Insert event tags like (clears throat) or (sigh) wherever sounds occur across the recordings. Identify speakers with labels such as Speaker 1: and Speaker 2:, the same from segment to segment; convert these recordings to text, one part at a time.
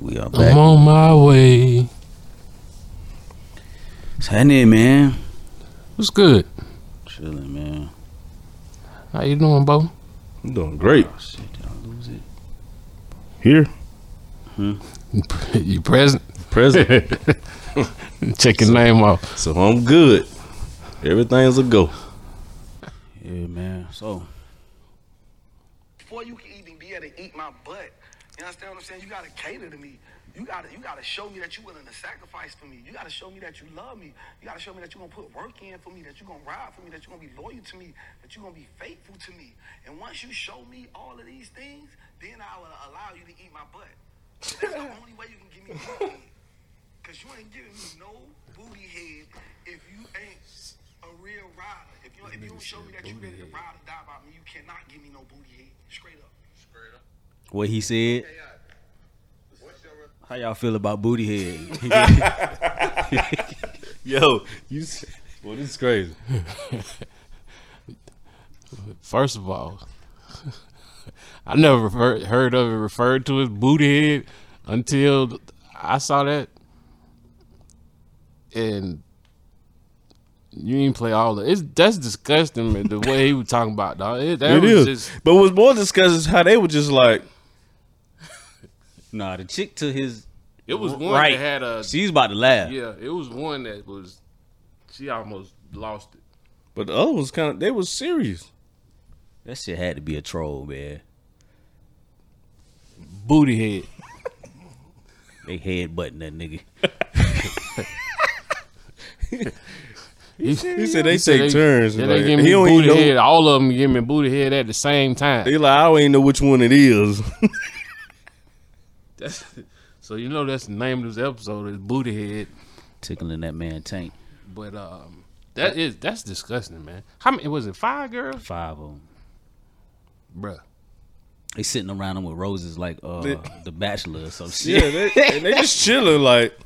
Speaker 1: We are
Speaker 2: I'm
Speaker 1: back.
Speaker 2: on my way.
Speaker 1: What's happening, man?
Speaker 2: What's good?
Speaker 1: Chilling, man.
Speaker 2: How you doing, Bo?
Speaker 3: I'm doing great.
Speaker 1: Oh shit, did I lose it?
Speaker 3: Here,
Speaker 2: (laughs) you present?
Speaker 3: present. (laughs)
Speaker 2: Check your name off.
Speaker 3: so I'm good. Everything's a go.
Speaker 1: Yeah, man. So
Speaker 4: before you can even be able to eat my butt. You understand what I'm saying? You gotta cater to me. You gotta you gotta show me that you're willing to sacrifice for me. You gotta show me that you love me. You gotta show me that you're gonna put work in for me, that you're gonna ride for me, that you're gonna be loyal to me, that you're gonna be faithful to me. And once you show me all of these things, then I will allow you to eat my butt. That's the only way you can give me booty head. Cause you ain't giving me no booty head if you ain't a real rider. If you if you don't show me that you're ready to ride or die by me, you cannot give me no booty head. Straight up.
Speaker 1: what he said? How y'all feel about booty head? (laughs)
Speaker 3: Yo, you. s- Well, this is crazy.
Speaker 2: First of all, (laughs) I never refer- heard of it referred to as booty head until I saw that. And you ain't play all the. It's that's disgusting. man, the way he was talking about dog. It, that
Speaker 3: It
Speaker 2: was
Speaker 3: is.
Speaker 2: just
Speaker 3: but what's more disgusting is how they were just like,
Speaker 1: nah, the chick to his.
Speaker 2: It was one
Speaker 1: right.
Speaker 2: that had a
Speaker 1: She's about to laugh.
Speaker 2: yeah. It was one that was she almost lost it.
Speaker 3: but the other one's kind of, they was serious.
Speaker 1: That shit had to be a troll, man.
Speaker 2: Booty head.
Speaker 1: They head butting that nigga. (laughs)
Speaker 3: He said they
Speaker 2: said
Speaker 3: take turns.
Speaker 2: Yeah,
Speaker 3: like,
Speaker 2: they give
Speaker 3: he
Speaker 2: me
Speaker 3: don't
Speaker 2: booty
Speaker 3: even know.
Speaker 2: head. All of them give me booty head at the same time.
Speaker 3: They like, I don't even know which one it is.
Speaker 2: That's- so you know that's the name of this episode is booty head.
Speaker 1: Tickling that man tank.
Speaker 2: But um, that is that's disgusting, man. How many was it? Five girls,
Speaker 1: Five of them.
Speaker 2: bruh.
Speaker 1: They sitting around him with roses like uh
Speaker 3: They-
Speaker 1: the Bachelor or some shit.
Speaker 3: (laughs) yeah, they, and they just chilling like,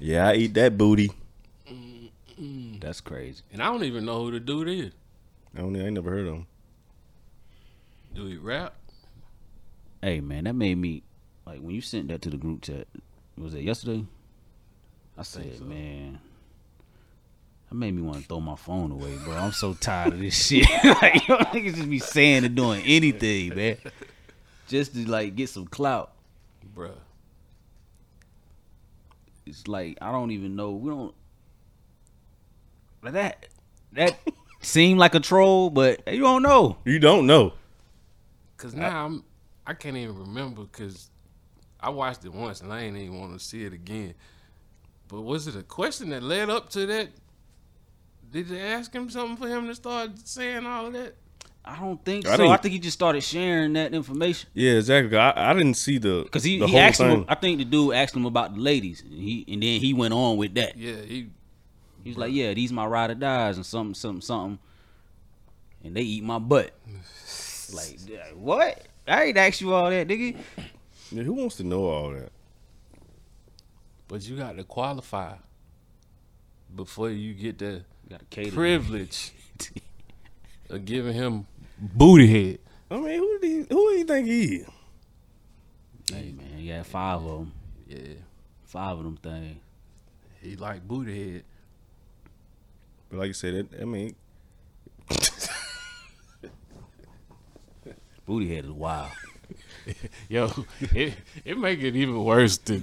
Speaker 3: yeah, I eat that booty.
Speaker 1: That's crazy.
Speaker 2: And I don't even know who the dude is.
Speaker 3: I don't. I ain't never heard of him.
Speaker 2: Do he rap?
Speaker 1: Hey man, that made me like when you sent that to the group chat. Was that yesterday? I said, man, that made me want to throw my phone away, bro. I'm so tired of this (laughs) shit. like y'all niggas just be saying and doing anything, man, just to like get some clout.
Speaker 2: Bruh.
Speaker 1: It's like I don't even know. We don't like that. That seemed like a troll, but you don't know.
Speaker 3: You don't know.
Speaker 2: Cause now I'm, I can't even remember. Cause I watched it once and I ain't even want to see it again. But was it a question that led up to that? Did they ask him something for him to start saying all of that?
Speaker 1: I don't think
Speaker 3: I
Speaker 1: so.
Speaker 3: think-
Speaker 1: I think he just started sharing that information.
Speaker 3: Yeah, exactly. I, I didn't see the
Speaker 1: Cause he,
Speaker 3: the
Speaker 1: he
Speaker 3: whole
Speaker 1: asked
Speaker 3: thing.
Speaker 1: him. I think the dude asked him about the ladies, and he and then he went on with that.
Speaker 2: Yeah, he.
Speaker 1: He was like, "Yeah, these my ride or dies, and something, something, something, and they eat my butt." like yeah, what? I ain't asked you all that, nigga.
Speaker 3: Yeah, who wants to know all that?
Speaker 2: But you got to qualify before you get the
Speaker 1: Got to cater.
Speaker 2: privilege of giving him booty head.
Speaker 3: I mean, who did he, who do you think he is?
Speaker 1: (laughs) Hey man, yeah, five of them,
Speaker 2: Yeah,
Speaker 1: five of them things.
Speaker 2: he like booty head.
Speaker 3: But like you said, that, I mean,
Speaker 1: Booty head is wild.
Speaker 2: Yo, (laughs) it, it make it even worse. Than,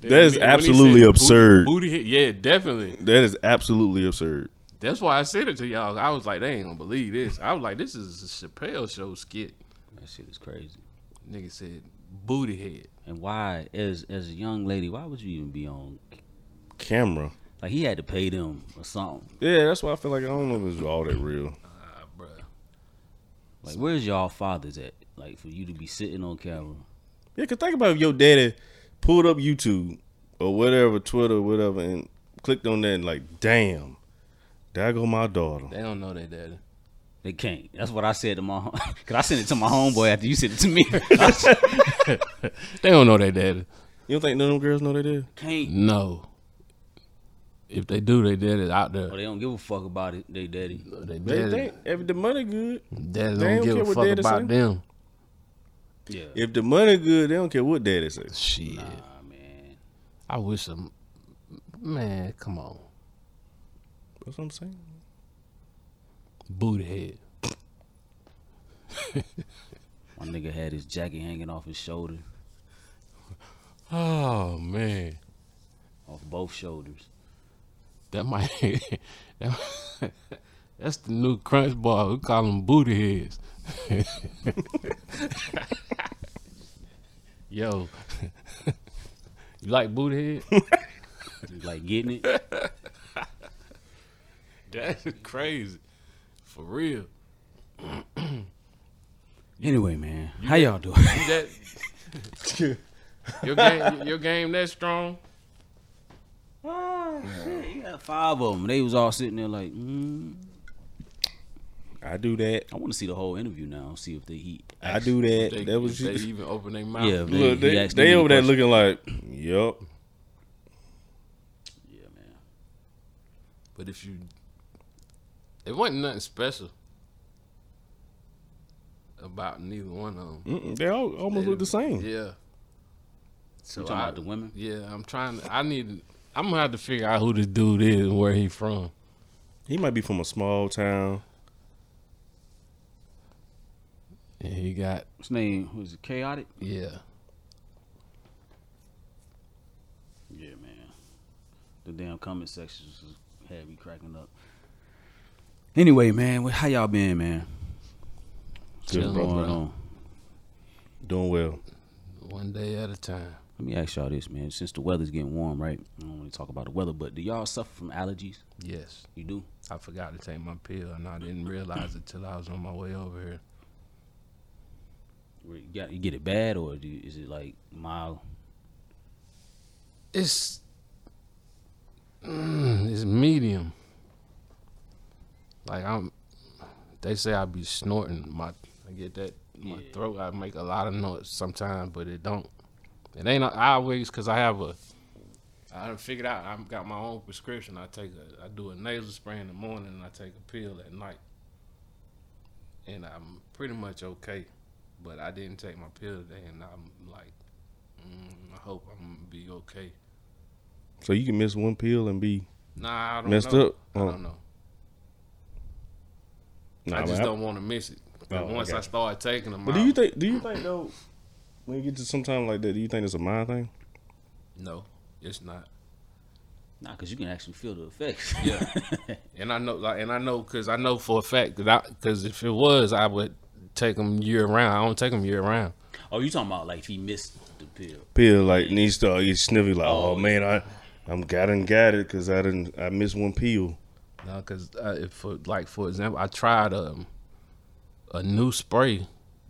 Speaker 2: than
Speaker 3: That
Speaker 2: when he
Speaker 3: is
Speaker 2: said
Speaker 3: absolutely
Speaker 2: booty-
Speaker 3: absurd.
Speaker 2: Booty, hit, yeah, definitely.
Speaker 3: that is absolutely absurd.
Speaker 2: That's why I said it to y'all. I was like, they ain't gonna believe this. I was like, this is a Chappelle show skit.
Speaker 1: That shit is crazy.
Speaker 2: Nigga said booty head.
Speaker 1: And why, as as a young lady, why would you even be on?
Speaker 3: Camera.
Speaker 1: Like he had to pay them or something.
Speaker 3: Yeah, that's why I feel like I don't know if it's all that real.
Speaker 2: Ah, bruh.
Speaker 1: Like where's y'all fathers at? Like for you to be sitting on camera.
Speaker 3: Yeah, cause think about if your daddy pulled up YouTube or whatever, Twitter, whatever, and clicked on that and like, damn, there go my daughter.
Speaker 2: They don't know that daddy.
Speaker 1: They can't. That's what I said to my hom- (laughs) cause I sent it to my homeboy after you sent it to (laughs) me. I was-
Speaker 2: They don't know that daddy.
Speaker 3: You don't think none of them girls know they did?
Speaker 1: can't.
Speaker 2: No. If they do, they daddy out there.
Speaker 1: Well, they don't give a fuck about it. They daddy.
Speaker 2: They
Speaker 3: They
Speaker 2: daddy,
Speaker 3: think if the money good,
Speaker 2: daddy
Speaker 3: they
Speaker 2: don't
Speaker 3: don't
Speaker 2: give
Speaker 3: care
Speaker 2: a
Speaker 3: what
Speaker 2: fuck
Speaker 3: daddy
Speaker 2: about
Speaker 3: say.
Speaker 2: them.
Speaker 1: Yeah.
Speaker 3: if the money good, they don't care what daddy says.
Speaker 2: Shit.
Speaker 1: Nah,
Speaker 2: I wish some. Man, come on,
Speaker 3: That's what I'm saying.
Speaker 2: booty head.
Speaker 1: My nigga had his jacket hanging off his shoulder,
Speaker 2: Oh man,
Speaker 1: off both shoulders.
Speaker 2: that might. (laughs) that- (laughs) that's the new crunch bar. We call them booty heads. (laughs) Yo, (laughs) you like booty head?
Speaker 1: You Like getting it.
Speaker 2: (laughs) That's crazy, for (laughs) real.
Speaker 1: Anyway, man, how y'all doing? (laughs)
Speaker 2: You that (laughs) your game, your game that strong?
Speaker 1: Ah, you got five of them. They was all sitting there like, mm.
Speaker 3: I do that.
Speaker 1: I want to see the whole interview now. See if they eat.
Speaker 3: I do that.
Speaker 2: They,
Speaker 3: that was
Speaker 2: they
Speaker 3: you.
Speaker 2: even open their mouth.
Speaker 1: Yeah, man.
Speaker 3: Look,
Speaker 1: He
Speaker 3: they,
Speaker 1: asked
Speaker 3: they
Speaker 1: me the
Speaker 3: over there
Speaker 1: question.
Speaker 3: looking like, yup.
Speaker 1: Yeah, man.
Speaker 2: But if you, it wasn't nothing special about neither one of them.
Speaker 3: Mm-mm, They all almost look the same.
Speaker 2: Yeah.
Speaker 1: So you talking
Speaker 2: I-
Speaker 1: about the women?
Speaker 2: Yeah, I'm trying. To, I need. to- I'm gonna have to figure out who this dude is and where he from.
Speaker 3: He might be from a small town.
Speaker 2: And he got
Speaker 1: What's name? Was it chaotic?
Speaker 2: yeah.
Speaker 1: Yeah, man. The damn comment sections was- had me cracking up. Anyway, man, what, how y'all been, man?
Speaker 3: Good,
Speaker 1: What's
Speaker 3: bro.
Speaker 1: going on?
Speaker 3: Doing well.
Speaker 2: One day at a time.
Speaker 1: Let me ask y'all this, man. Since the weather's getting warm, right? I don't want to talk about the weather, but do y'all suffer from allergies?
Speaker 2: Yes,
Speaker 1: You do?
Speaker 2: I forgot to take my pill and I didn't realize it till I was on my way over here.
Speaker 1: Where You, got, you get it bad, or do you, is it like mild?
Speaker 2: It's mm, it's medium. Like I'm, they say I be snorting. My I get that my throat. I make a lot of noise sometimes, but it don't. It ain't always because I have a. I done figured out I've got my own prescription. I take a I do a nasal spray in the morning and I take a pill at night. And I'm pretty much okay, but I didn't take my pill today, and I'm like, mm, I hope I'm gonna be okay.
Speaker 3: So you can miss one pill and be.
Speaker 2: Nah, I don't
Speaker 3: Messed
Speaker 2: know.
Speaker 3: up?
Speaker 2: I
Speaker 3: Oh.
Speaker 2: don't know.
Speaker 3: Nah,
Speaker 2: I
Speaker 3: man,
Speaker 2: just
Speaker 3: I-
Speaker 2: don't want to miss it. 'Cause
Speaker 3: Oh,
Speaker 2: once
Speaker 3: okay.
Speaker 2: I start taking them,
Speaker 3: But do you think? Do you think though? When you get to some time like that, do you think it's a mind thing?
Speaker 2: no, it's not.
Speaker 1: Nah, because you can actually feel the effects.
Speaker 2: Yeah, and I know, like, and I know, cause I know for a fact that I, cause if it was, I would take them year round. I don't take them year round.
Speaker 1: (laughs) oh, you talking about like if he missed the pill?
Speaker 3: Pill like needs to you sniffy like, oh, man, I, I'm got and got it because I didn't I missed one pill.
Speaker 2: No, cause uh, if for like for example, I tried um a new spray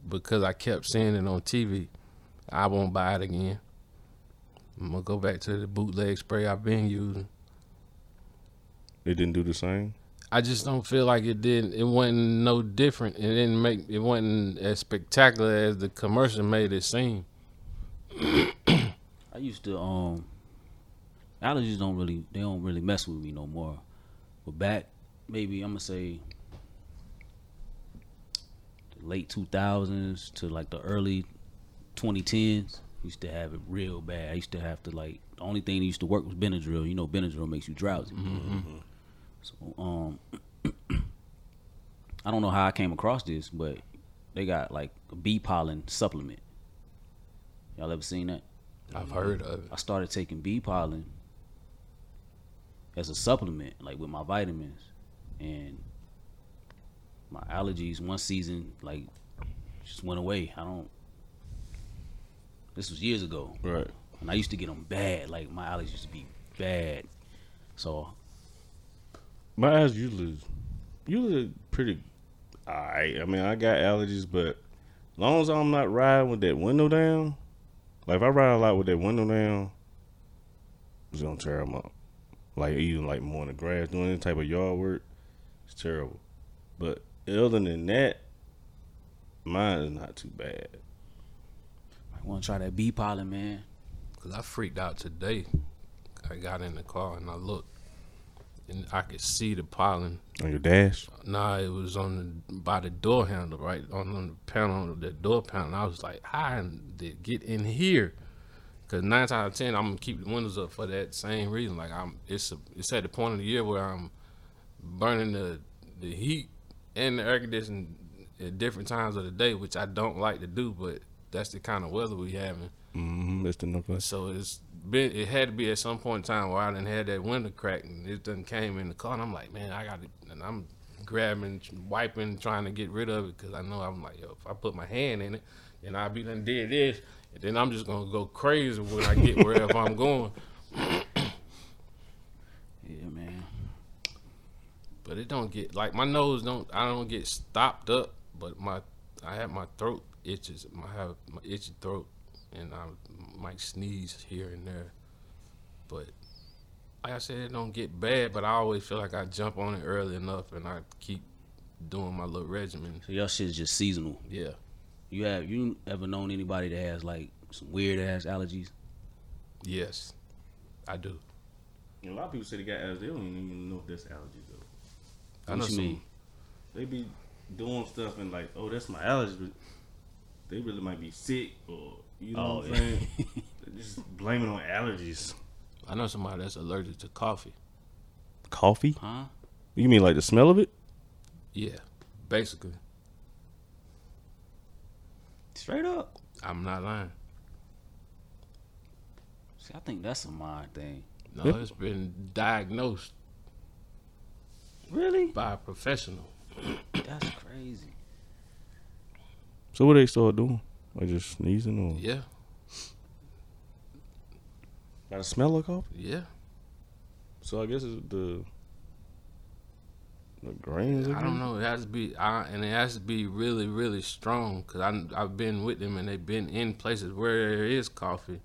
Speaker 2: because I kept seeing it on TV. I won't buy it again. I'm gonna go back to the bootleg spray I've been using.
Speaker 3: It didn't do the same.
Speaker 2: I just don't feel like it did. It wasn't no different. It didn't make. It wasn't as spectacular as the commercial made it seem.
Speaker 1: I used to um allergies don't really they don't really mess with me no more. But back maybe I'm gonna say the late two thousands to like the early twenty tens, used to have it real bad. I used to have to like the only thing that used to work was Benadryl. You know Benadryl makes you drowsy. So um (clears throat) I don't know how I came across this, but they got like a bee pollen supplement. Y'all ever seen that?
Speaker 2: I've heard of it.
Speaker 1: I started taking bee pollen as a supplement, like with my vitamins, and my allergies one season like just went away. I don't. This was years ago,
Speaker 3: Right.
Speaker 1: and I used to get them bad. Like my allergies used to be bad, so
Speaker 3: My eyes usually usually pretty. Alright, I mean I got allergies, but long as I'm not riding with that window down, like if I ride a lot with that window down, it's gonna tear them up. Like even like mowing the grass, doing any type of yard work, it's terrible. But other than that, mine is not too bad.
Speaker 1: I want to try that bee pollen, man.
Speaker 2: Cause I freaked out today. I got in the car and I looked, and I could see the pollen.
Speaker 3: On your dash,
Speaker 2: Nah, it was on the by the door handle, right on, on the panel, on the door panel. I was like, how did it get in here? Cause nine times out of ten, I'm gonna keep the windows up for that same reason. Like I'm, it's a, it's at the point of the year where I'm burning the the heat and the air conditioning at different times of the day, which I don't like to do. But that's the kind of weather we having.
Speaker 3: Mm-hmm. It's the nuclear.
Speaker 2: So it's been, it had to be at some point in time where I done had that window crack and it done came in the car, and I'm like, man, I got it, and I'm grabbing, wiping, trying to get rid of it because I know I'm like, yo, if I put my hand in it, then I'll be done did this, and then I'm just gonna go crazy when I get wherever I'm (laughs) going.
Speaker 1: Yeah, man.
Speaker 2: But it don't get like my nose don't. I don't get stopped up, but my I have my throat itches. My I have my itchy throat, and I might sneeze here and there. But like I said, it don't get bad. But I always feel like I jump on it early enough, and I keep doing my little regimen.
Speaker 1: So y'all shit is just seasonal.
Speaker 2: Yeah,
Speaker 1: You have you ever known anybody that has like some weird ass allergies?
Speaker 2: yes, I do.
Speaker 3: A lot of people say they got allergies. They don't even know if that's allergies though.
Speaker 2: I know
Speaker 1: What you
Speaker 2: some-
Speaker 1: mean?
Speaker 3: They be doing stuff and like, oh, that's my allergy. But they really might be sick or you know what
Speaker 1: Oh,
Speaker 3: I'm
Speaker 1: yeah.
Speaker 3: saying. (laughs) They just blaming on allergies.
Speaker 2: I know somebody that's allergic to coffee.
Speaker 3: Coffee?
Speaker 1: Huh?
Speaker 3: You mean like the smell of it?
Speaker 2: Yeah, basically,
Speaker 1: Straight up.
Speaker 2: I'm not lying.
Speaker 1: See, I think that's a mind thing.
Speaker 2: No,
Speaker 3: Yep.
Speaker 2: it's been diagnosed
Speaker 1: Really?
Speaker 2: by a professional.
Speaker 1: That's crazy.
Speaker 3: So what they start doing? Like just sneezing or
Speaker 2: Yeah,
Speaker 3: by the smell of coffee?
Speaker 2: yeah.
Speaker 3: So I guess it's the the grains.
Speaker 2: I don't know. It has to be, I, and it has to be really, really strong. Cause I, I've been with them, and they've been in places where there is coffee,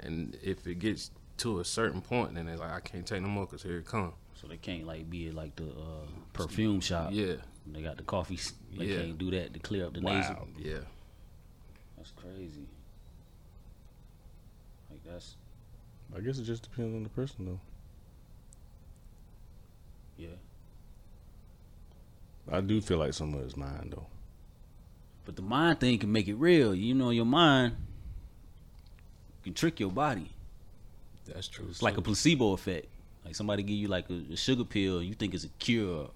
Speaker 2: and if it gets to a certain point, then they're like, I can't take no more, cause here it comes.
Speaker 1: So they can't like be at like the uh, perfume shop.
Speaker 2: Yeah,
Speaker 1: They got the coffee. s- They
Speaker 2: Yeah.
Speaker 1: can't do that to clear up the nasal.
Speaker 2: yeah.
Speaker 1: That's crazy. Like that's
Speaker 3: I guess it just depends on the person though.
Speaker 1: yeah.
Speaker 3: I do feel like some of it's mine though.
Speaker 1: But the mind thing can make it real. You know, your mind can trick your body.
Speaker 2: That's true.
Speaker 1: It's like a placebo effect. Like somebody give you like a, a sugar pill, you think it's a cure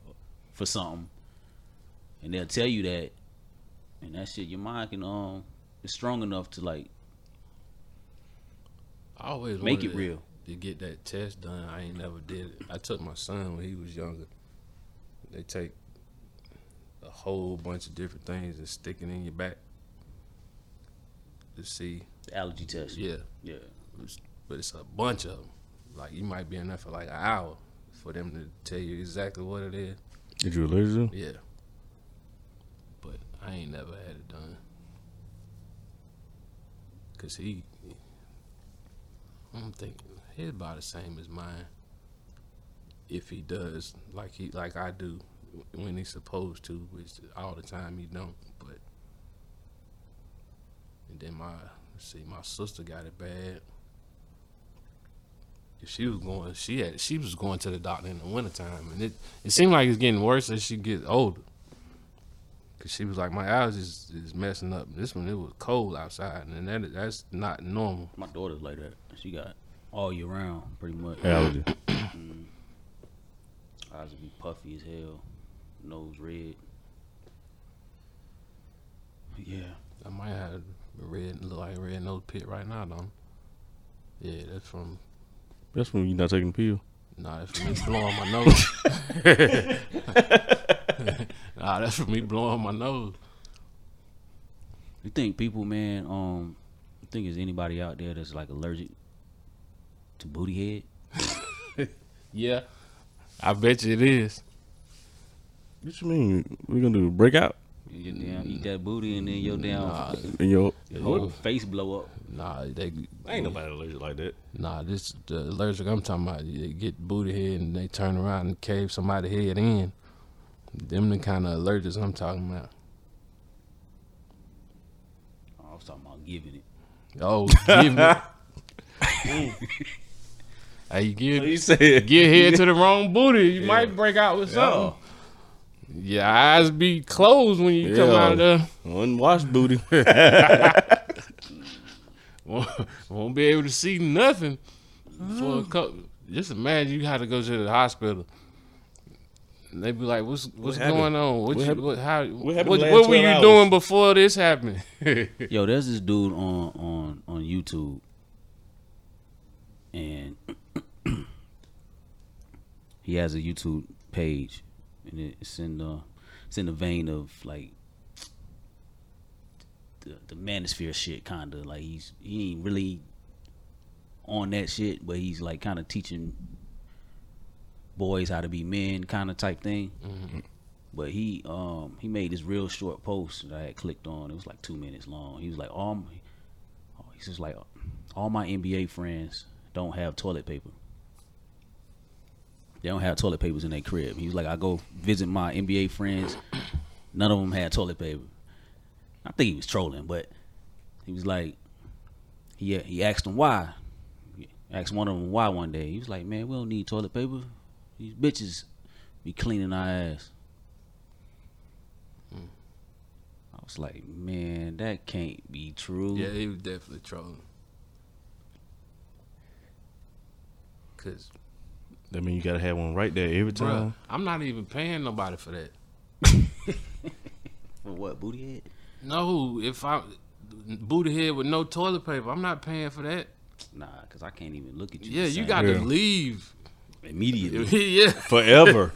Speaker 1: for something, and they'll tell you that, and that shit, your mind can um, it's strong enough to like
Speaker 2: I always
Speaker 1: make
Speaker 2: wanted
Speaker 1: it real.
Speaker 2: to get that test done. I ain't never did it. I took my son when he was younger. They take a whole bunch of different things and stick it in your back to see.
Speaker 1: The allergy test.
Speaker 2: Yeah,
Speaker 1: yeah.
Speaker 2: it's- but it's a bunch of them. Like you might be in there for like an hour for them to tell you exactly what it is.
Speaker 3: Did you allergic? to it?
Speaker 2: Yeah, but I ain't never had it done. Cause he, I'm thinking his about the same as mine. If he does, like he, like I do, when he's supposed to, which all the time he don't. But and then my, let's see, my sister got it bad. If she was going, she had, she was going to the doctor in the wintertime, and it, it seemed like it's getting worse as she gets older. Cause she was like, my eyes is, is messing up. This one, it was cold outside, and that that's not normal.
Speaker 1: My daughter's like that. She got all year round, pretty much.
Speaker 3: Allergy.
Speaker 1: Eyes will be puffy as hell, nose red. Yeah.
Speaker 2: I might have a red, look like a red nose pit right now, though. Yeah, that's from,
Speaker 3: That's when you're not taking the pill.
Speaker 2: nah, that's from me blowing my nose. (laughs) nah, that's from me blowing my nose.
Speaker 1: You think people, man, um, you think there's anybody out there that's like allergic to booty head?
Speaker 2: Yeah, I bet you it is.
Speaker 3: What you mean? We're gonna do a breakout
Speaker 1: You get down, eat that booty, and then your damn
Speaker 2: Nah,
Speaker 3: in your
Speaker 1: whole face blow up.
Speaker 2: nah, they
Speaker 3: Ain't nobody allergic like that.
Speaker 2: Nah, this the allergic I'm talking about. They get booty head and they turn around and cave somebody head in. Them the kind of allergics I'm talking about.
Speaker 1: Oh, I was talking about giving it.
Speaker 2: Oh, give me. hey, you
Speaker 3: So you
Speaker 2: give
Speaker 3: said
Speaker 2: get head to the wrong booty, you might break out with something. Your eyes be closed when you come
Speaker 3: Yeah. (laughs)
Speaker 2: out of there.
Speaker 3: unwashed booty.
Speaker 2: won't, (laughs) won't be able to see nothing for a couple. Just imagine you had to go to the hospital. And they be like, "What's what's
Speaker 3: happened?
Speaker 2: going on? What,
Speaker 3: What
Speaker 2: you,
Speaker 3: happened?
Speaker 2: what how what,
Speaker 3: happened
Speaker 2: what,
Speaker 3: the last
Speaker 2: were
Speaker 3: 12
Speaker 2: you
Speaker 3: hours?
Speaker 2: doing before this happened?"
Speaker 1: Yo, there's this dude on on on YouTube, and (clears throat) he has a YouTube page, and it- it's in the it's in the vein of like the the manosphere shit, kind of like he's he ain't really on that shit, but he's like kind of teaching boys how to be men, kind of type thing. But he um he made this real short post that I had clicked on. It was like two minutes long. He was like, um, all my, oh, he's just like, all my NBA friends don't have toilet paper. They don't have toilet papers in their crib. He was like, I go visit my NBA friends. None of them had toilet paper. I think he was trolling, but he was like, he he asked him why. He asked one of them why one day. He was like, man, we don't need toilet paper. These bitches be cleaning our ass. I was like, man, that can't be true.
Speaker 2: (laughs) yeah, he was definitely trolling. Cause
Speaker 3: That mean you gotta have one right there every
Speaker 2: bruh,
Speaker 3: time.
Speaker 2: I'm not even paying nobody for that.
Speaker 1: For what booty head?
Speaker 2: No, if I booty head with no toilet paper, I'm not paying for that.
Speaker 1: Nah, cause I can't even look at you.
Speaker 2: Yeah,
Speaker 1: the
Speaker 2: you
Speaker 1: same
Speaker 2: got
Speaker 3: Yeah.
Speaker 2: to leave.
Speaker 1: immediately.
Speaker 2: (laughs) yeah,
Speaker 3: (laughs) Forever,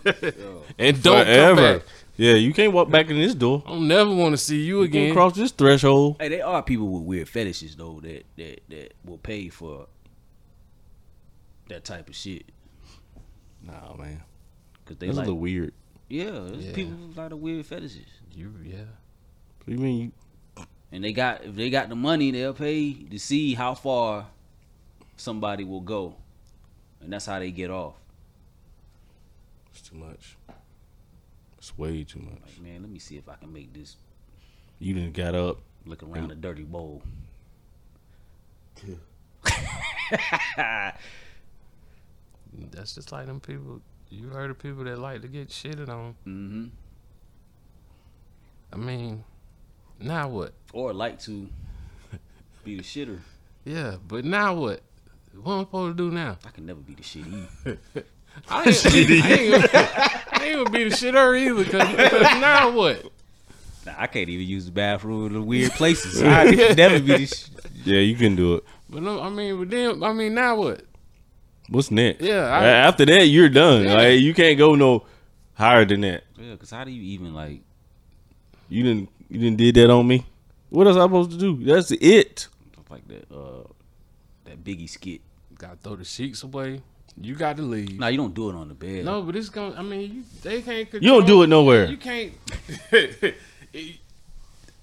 Speaker 2: and don't come
Speaker 3: forever.
Speaker 2: back.
Speaker 3: Yeah, you can't walk back in this door.
Speaker 2: I don't never want to see you
Speaker 3: You can't
Speaker 2: again.
Speaker 3: cross this threshold.
Speaker 1: hey, there are people with weird fetishes though that that that will pay for that type of shit
Speaker 3: Nah, man,
Speaker 1: because they
Speaker 3: that's a
Speaker 1: like
Speaker 3: little weird.
Speaker 1: yeah, there's
Speaker 2: Yeah.
Speaker 1: people with a lot of weird fetishes,
Speaker 2: You, yeah.
Speaker 3: What do you mean? You,
Speaker 1: and they got if they got the money, they'll pay to see how far somebody will go, and that's how they get off.
Speaker 3: it's too much. It's way too much.
Speaker 1: Like, man, let me see if I can make this
Speaker 3: You didn't got up.
Speaker 1: look around a dirty bowl.
Speaker 2: That's just like them people. You heard of people that like to get shitted on.
Speaker 3: Mm-hmm.
Speaker 1: hmm
Speaker 2: I mean, now what?
Speaker 1: Or like to be the shitter.
Speaker 2: Yeah, but now what? What am I supposed to do now?
Speaker 1: I can never be the shit either.
Speaker 2: (laughs) I ain't, I ain't, gonna- I ain't gonna be the shitter either. Cause, 'cause now what?
Speaker 1: Nah, I can't even use the bathroom in the weird places. I could never be the sh-
Speaker 3: Yeah, you can do it.
Speaker 2: But no, I mean, but then I mean, now what?
Speaker 3: What's next?
Speaker 2: Yeah,
Speaker 3: A-
Speaker 2: I-
Speaker 3: after that, you're done.
Speaker 2: Yeah.
Speaker 3: Like you can't go no higher than that.
Speaker 1: Yeah, cause how do you even like?
Speaker 3: You didn't. You didn't did that on me. What else I supposed to do? That's it.
Speaker 1: Like that, uh, that Biggie skit.
Speaker 2: Got to throw the sheets away. You got to leave.
Speaker 1: Nah, you don't do it on the bed.
Speaker 2: No, but it's gonna. I mean, you, they can't. Control,
Speaker 3: You don't do it nowhere.
Speaker 2: You can't. (laughs)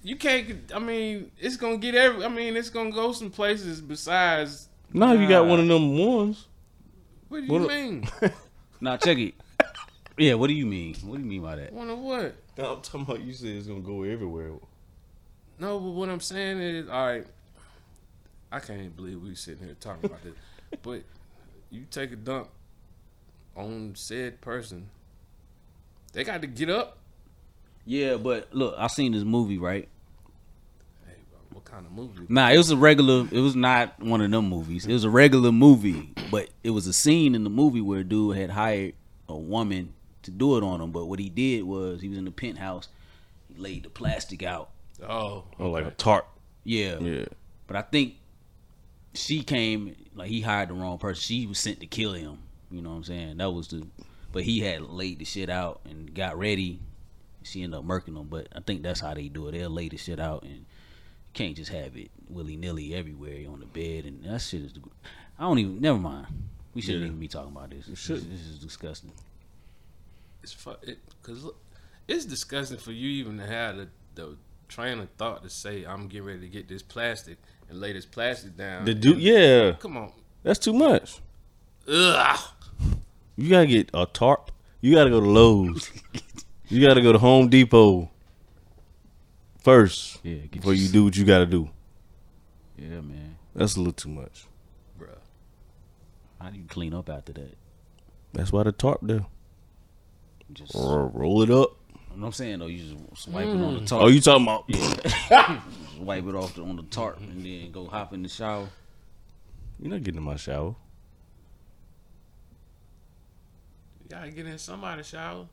Speaker 2: you can't. I mean, it's gonna get every. I mean, it's gonna go some places besides.
Speaker 3: Nah, if you got one of them ones.
Speaker 2: What do you
Speaker 3: What- (laughs)
Speaker 2: mean?
Speaker 1: Nah, check (laughs) it. yeah, what do you mean? What do you mean by that?
Speaker 2: One of what?
Speaker 3: I'm talking about you said it's gonna go everywhere.
Speaker 2: No, but what I'm saying is, all right. I can't even believe we sitting here talking about
Speaker 3: (laughs)
Speaker 2: this, but you take a dump on said person. They got to get up.
Speaker 1: Yeah, but look, I seen this movie right.
Speaker 2: Hey, bro, what kind of movie?
Speaker 1: Nah, it was a regular. It was not one of them movies. It was a regular movie, but it was a scene in the movie where a dude had hired a woman to do it on him. But what he did was he was in the penthouse. He laid the plastic out.
Speaker 2: Oh,
Speaker 3: Oh, like a tarp. Yeah.
Speaker 1: But I think she came like he hired the wrong person. She was sent to kill him. You know what I'm saying? That was the but he had laid the shit out and got ready. She ended up murking him, but I think that's how they do it. They'll lay the shit out and you can't just have it willy nilly everywhere on the bed and that shit is. I don't even. Never mind. We shouldn't
Speaker 3: Yeah.
Speaker 1: even be talking about this. This,
Speaker 3: shouldn't.
Speaker 1: this is disgusting.
Speaker 2: it's fu- it, cause look, it's disgusting for you even to have the, the train of thought to say I'm getting ready to get this plastic and lay this plastic down.
Speaker 3: The dude. Yeah.
Speaker 2: Come on,
Speaker 3: That's too much.
Speaker 2: ugh.
Speaker 3: You gotta get a tarp. You gotta go to (laughs) Lowe's. you gotta go to Home Depot first
Speaker 1: Yeah, get
Speaker 3: before
Speaker 1: your-
Speaker 3: you do what you gotta do.
Speaker 1: Yeah, man.
Speaker 3: That's a little too much.
Speaker 2: bruh.
Speaker 1: How do you clean up after that?
Speaker 3: That's why the tarp there.
Speaker 1: Just
Speaker 3: Roll it up.
Speaker 1: what I'm saying though, you just swipe it on the top.
Speaker 3: Oh, you talking about?
Speaker 1: wipe it off the, on the tarp, and then go hop in the shower.
Speaker 3: You're not getting in my shower.
Speaker 2: You gotta get in somebody's shower.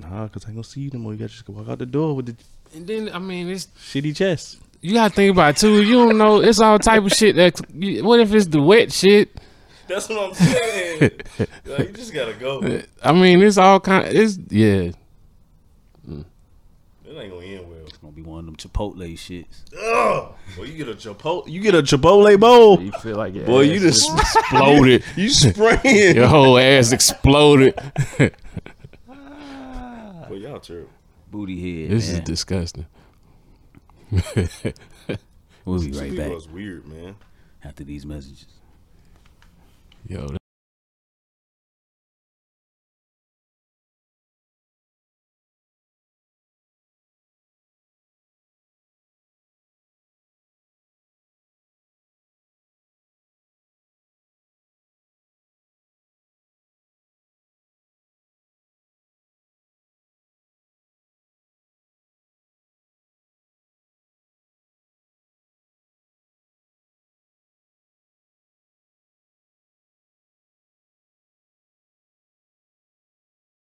Speaker 3: Nah, cause I ain't gonna see you no more. You gotta just go walk out the door with the
Speaker 2: And then I mean, it's
Speaker 3: shitty chest.
Speaker 2: you gotta think about it too. You don't know. It's all type of shit. That you- what if it's the wet shit?
Speaker 3: That's what I'm (laughs) saying. you just gotta go. That
Speaker 2: I mean, it's all kind. it's yeah.
Speaker 3: ain't gonna end well.
Speaker 1: It's gonna be one of them Chipotle shits.
Speaker 3: Ugh. Well, you get a Chipotle, you get a Chipotle bowl.
Speaker 2: You feel like
Speaker 3: Boy, you just
Speaker 2: (laughs)
Speaker 3: exploded. (laughs) you spraying.
Speaker 2: your whole ass exploded.
Speaker 3: Well, y'all true.
Speaker 1: Booty head.
Speaker 2: this is
Speaker 1: man.
Speaker 2: disgusting.
Speaker 1: we'll be
Speaker 3: Right
Speaker 1: right back
Speaker 3: was weird, man.
Speaker 1: after these messages.
Speaker 2: Yo,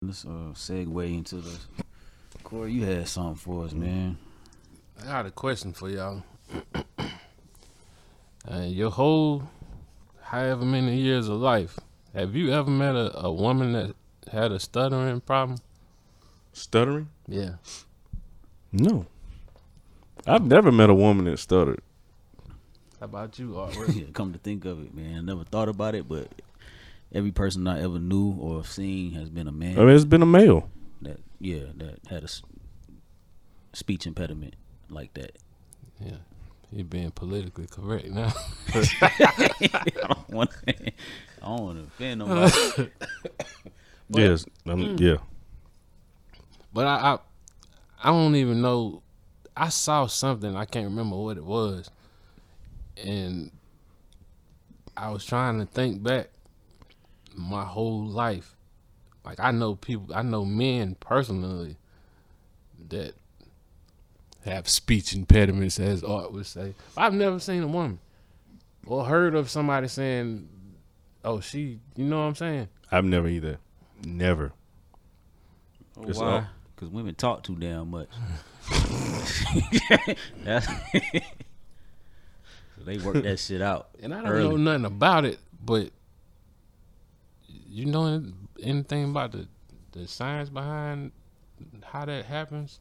Speaker 1: Let's uh, segue into the Corey. You had something for us, man. (laughs)
Speaker 2: I got a question for y'all. (clears throat) uh, your whole however many years of life, have you ever met a, a woman that had a stuttering problem?
Speaker 3: Stuttering?
Speaker 2: Yeah.
Speaker 3: No. I've never met a woman that stuttered.
Speaker 2: How about you,
Speaker 1: (laughs)
Speaker 2: Artwork?
Speaker 1: Yeah, come to think of it, man. I never thought about it, but every person I ever knew or seen has been a man
Speaker 3: I mean, it's been a male.
Speaker 1: that yeah that had a s- speech impediment like that. (laughs)
Speaker 2: yeah. You're being politically correct now.
Speaker 1: I don't want to. I don't want to offend nobody.
Speaker 3: yes. I'm- Yeah.
Speaker 2: But I, I I don't even know. I saw something I can't remember what it was, and I was trying to think back my whole life. Like I know people, I know men personally that have speech impediments, as Art would say. I've never seen a woman or heard of somebody saying, "Oh, she," you know what I'm saying?
Speaker 3: I've never either. Never. It's all-
Speaker 1: Why? Because women talk too damn much. That's (laughs) so they work that shit out.
Speaker 2: and I don't
Speaker 1: early.
Speaker 2: know nothing about it, but you know an- anything about the the science behind how that happens?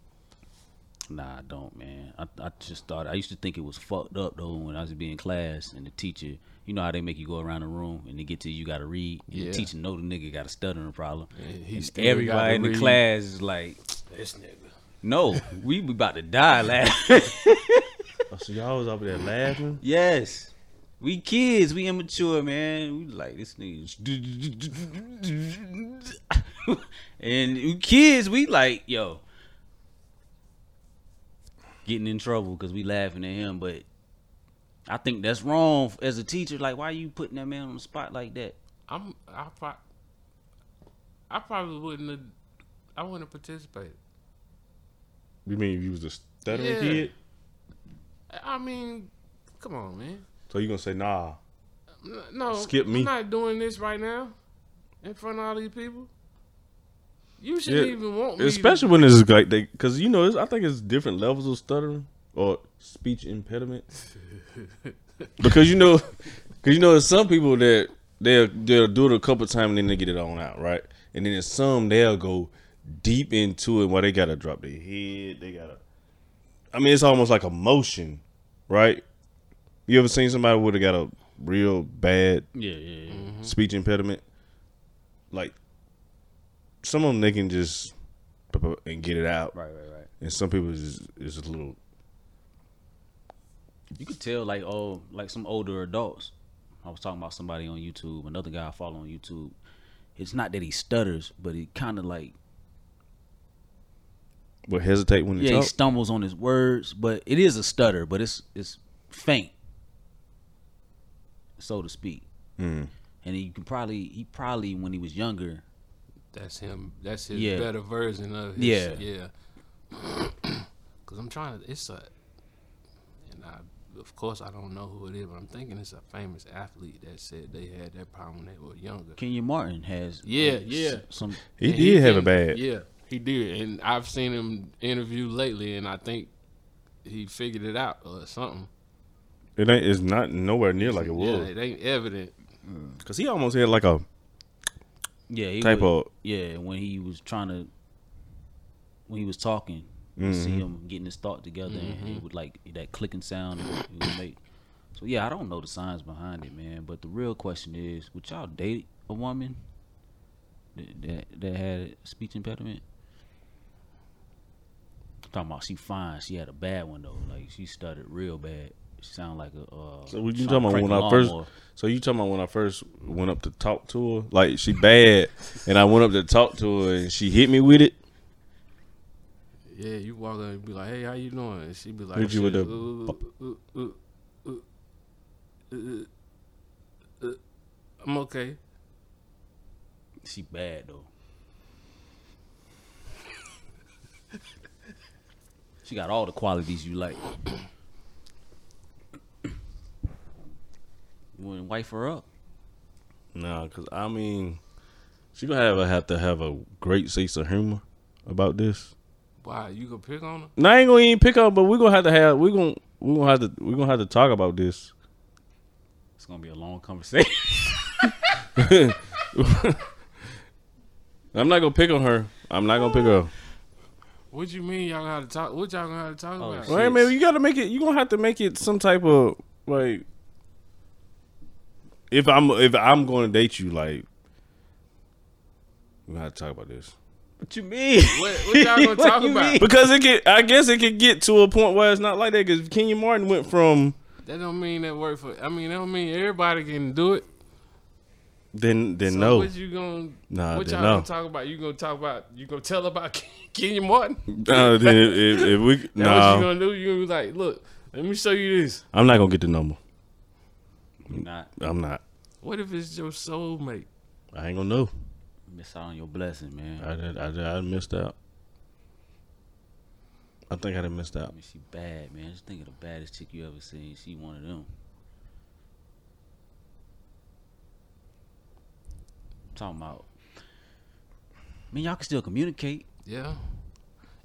Speaker 1: Nah, I don't, man. I, I just thought I used to think it was fucked up though when I was being in class and the teacher. You know how they make you go around the room and they get to you, you gotta read. And
Speaker 2: Yeah.
Speaker 1: The teacher know the nigga got a stuttering problem.
Speaker 2: And he
Speaker 1: And
Speaker 2: still gotta
Speaker 1: everybody in the
Speaker 2: read.
Speaker 1: class is like,
Speaker 2: This nigga.
Speaker 1: "No, we be about to die, lad."
Speaker 3: Oh, so y'all was over there laughing?
Speaker 1: yes, we kids, we immature, man. We like this nigga, and we kids, we like, yo, getting in trouble because we laughing at him. But I think that's wrong as a teacher. Like, why you putting that man on the spot like that?
Speaker 2: I'm I pro- I probably wouldn't have I wouldn't have participated.
Speaker 3: You mean you was a stuttering
Speaker 2: Yeah.
Speaker 3: kid?
Speaker 2: I- I mean, come on, man.
Speaker 3: So you gonna say nah?
Speaker 2: N- No,
Speaker 3: Skip me.
Speaker 2: I'm not doing this right now in front of all these people. You shouldn't
Speaker 3: Yeah.
Speaker 2: even want me. to-
Speaker 3: Especially when it's like they, because you know, it's, I think it's different levels of stuttering or speech impediment. (laughs) because you know, because you know, there's some people that they'll they'll do it a couple times and then they get it on out, right? And then there's some they'll go deep into it where they gotta drop their head, they gotta. I mean, it's almost like a motion, right? You ever seen somebody would have got a real bad
Speaker 1: Yeah, yeah, yeah.
Speaker 3: speech impediment, like some of them they can just p- p- and get it out,
Speaker 1: right, right, right.
Speaker 3: and some people is is a little
Speaker 1: You could tell, like, oh, like some older adults. I was talking about somebody on YouTube, another guy I follow on YouTube. It's not that he stutters, but he kind of like,
Speaker 3: will hesitate when they
Speaker 1: yeah, he
Speaker 3: talk.
Speaker 1: stumbles on his words, but it is a stutter, but it's it's faint, so to speak. And you can probably he probably when he was younger,
Speaker 2: That's him. That's his
Speaker 1: Yeah.
Speaker 2: better version of his.
Speaker 1: Yeah.
Speaker 2: Yeah. (clears throat) Cause I'm trying to. It's a, and I of course I don't know who it is, but I'm thinking it's a famous athlete that said they had that problem when they were younger.
Speaker 1: Kenya Martin has
Speaker 2: Yeah,
Speaker 1: like,
Speaker 2: yeah.
Speaker 1: s- some
Speaker 3: He
Speaker 2: And
Speaker 3: did have a
Speaker 2: didn't-
Speaker 3: bad.
Speaker 2: Yeah, he did, and I've seen him interview lately, and I think he figured it out or something.
Speaker 3: It ain't. It's not nowhere near like it
Speaker 2: Yeah,
Speaker 3: was.
Speaker 2: it ain't evident.
Speaker 3: Cause he almost had like a
Speaker 1: yeah he
Speaker 3: type
Speaker 1: was-
Speaker 3: of.
Speaker 1: yeah when he was trying to when he was talking you see
Speaker 3: Mm-hmm.
Speaker 1: him getting his thought together and it would like that clicking sound it would- it would make. so yeah I don't know the signs behind it man but the real question is would y'all date a woman that that, that had a speech impediment I'm talking about she fine she had a bad one though like she stuttered real bad she sound like a uh,
Speaker 3: So we you
Speaker 1: trying to
Speaker 3: talking about
Speaker 1: crank
Speaker 3: when
Speaker 1: a
Speaker 3: I first?
Speaker 1: lawnmower.
Speaker 3: So you talking about when I first went up to talk to her? Like she bad, (laughs) and I went up to talk to her, and she hit me with it.
Speaker 2: Yeah, you walk up and be like, "Hey, how you doing?" And she be like,
Speaker 3: Hit you with
Speaker 2: "Shit,
Speaker 3: the
Speaker 2: ooh, ooh, ooh, ooh, ooh, uh, uh, I'm okay.
Speaker 1: she bad though She got all the qualities you like. You wouldn't wife her up.
Speaker 3: Nah, cause I mean, she gonna have, have to have a great sense of humor about this.
Speaker 2: Why you gonna pick on her?
Speaker 3: No, I ain't gonna even pick up, but we're gonna have to have we're gonna we're gonna have to we're gonna have to talk about this.
Speaker 1: It's gonna be a long conversation. (laughs)
Speaker 3: I'm not gonna pick on her. I'm not gonna pick her. up.
Speaker 2: What you mean y'all gotta talk? What y'all gonna have to talk
Speaker 1: Oh,
Speaker 2: about?
Speaker 1: shit.
Speaker 3: All right, man, you gotta make it. You gonna have to make it some type of like. If I'm if I'm going to date you, like, we gotta talk about this
Speaker 1: what you
Speaker 3: (laughs)
Speaker 1: mean?
Speaker 2: What, what y'all gonna
Speaker 1: What
Speaker 2: talk
Speaker 1: you
Speaker 2: about?
Speaker 1: mean?
Speaker 3: because it could. I guess it could get to a point where it's not like that. Because Kenya Martin went from
Speaker 2: That don't mean that work for. I mean, that don't mean everybody can do it.
Speaker 3: then then
Speaker 2: So
Speaker 3: no,
Speaker 2: What you gonna?
Speaker 3: Nah,
Speaker 2: what
Speaker 3: then
Speaker 2: y'all
Speaker 3: no.
Speaker 2: gonna talk about? You gonna talk about? You gonna tell about (laughs) Kenya Martin?
Speaker 3: uh, then if, if, if we
Speaker 2: That
Speaker 3: no,
Speaker 2: what you gonna do? You gonna be like, look, let me show you this.
Speaker 3: I'm not gonna get the number.
Speaker 1: You not
Speaker 3: I'm not.
Speaker 2: What if it's your soulmate?
Speaker 3: I ain't gonna know.
Speaker 1: miss out on your blessing, man.
Speaker 3: I did, I did, I missed out. I think I done missed
Speaker 1: I
Speaker 3: out.
Speaker 1: mean, she bad, man. Just think of the baddest chick you ever seen. She one of them. talking about. I mean, y'all can still communicate.
Speaker 2: Yeah.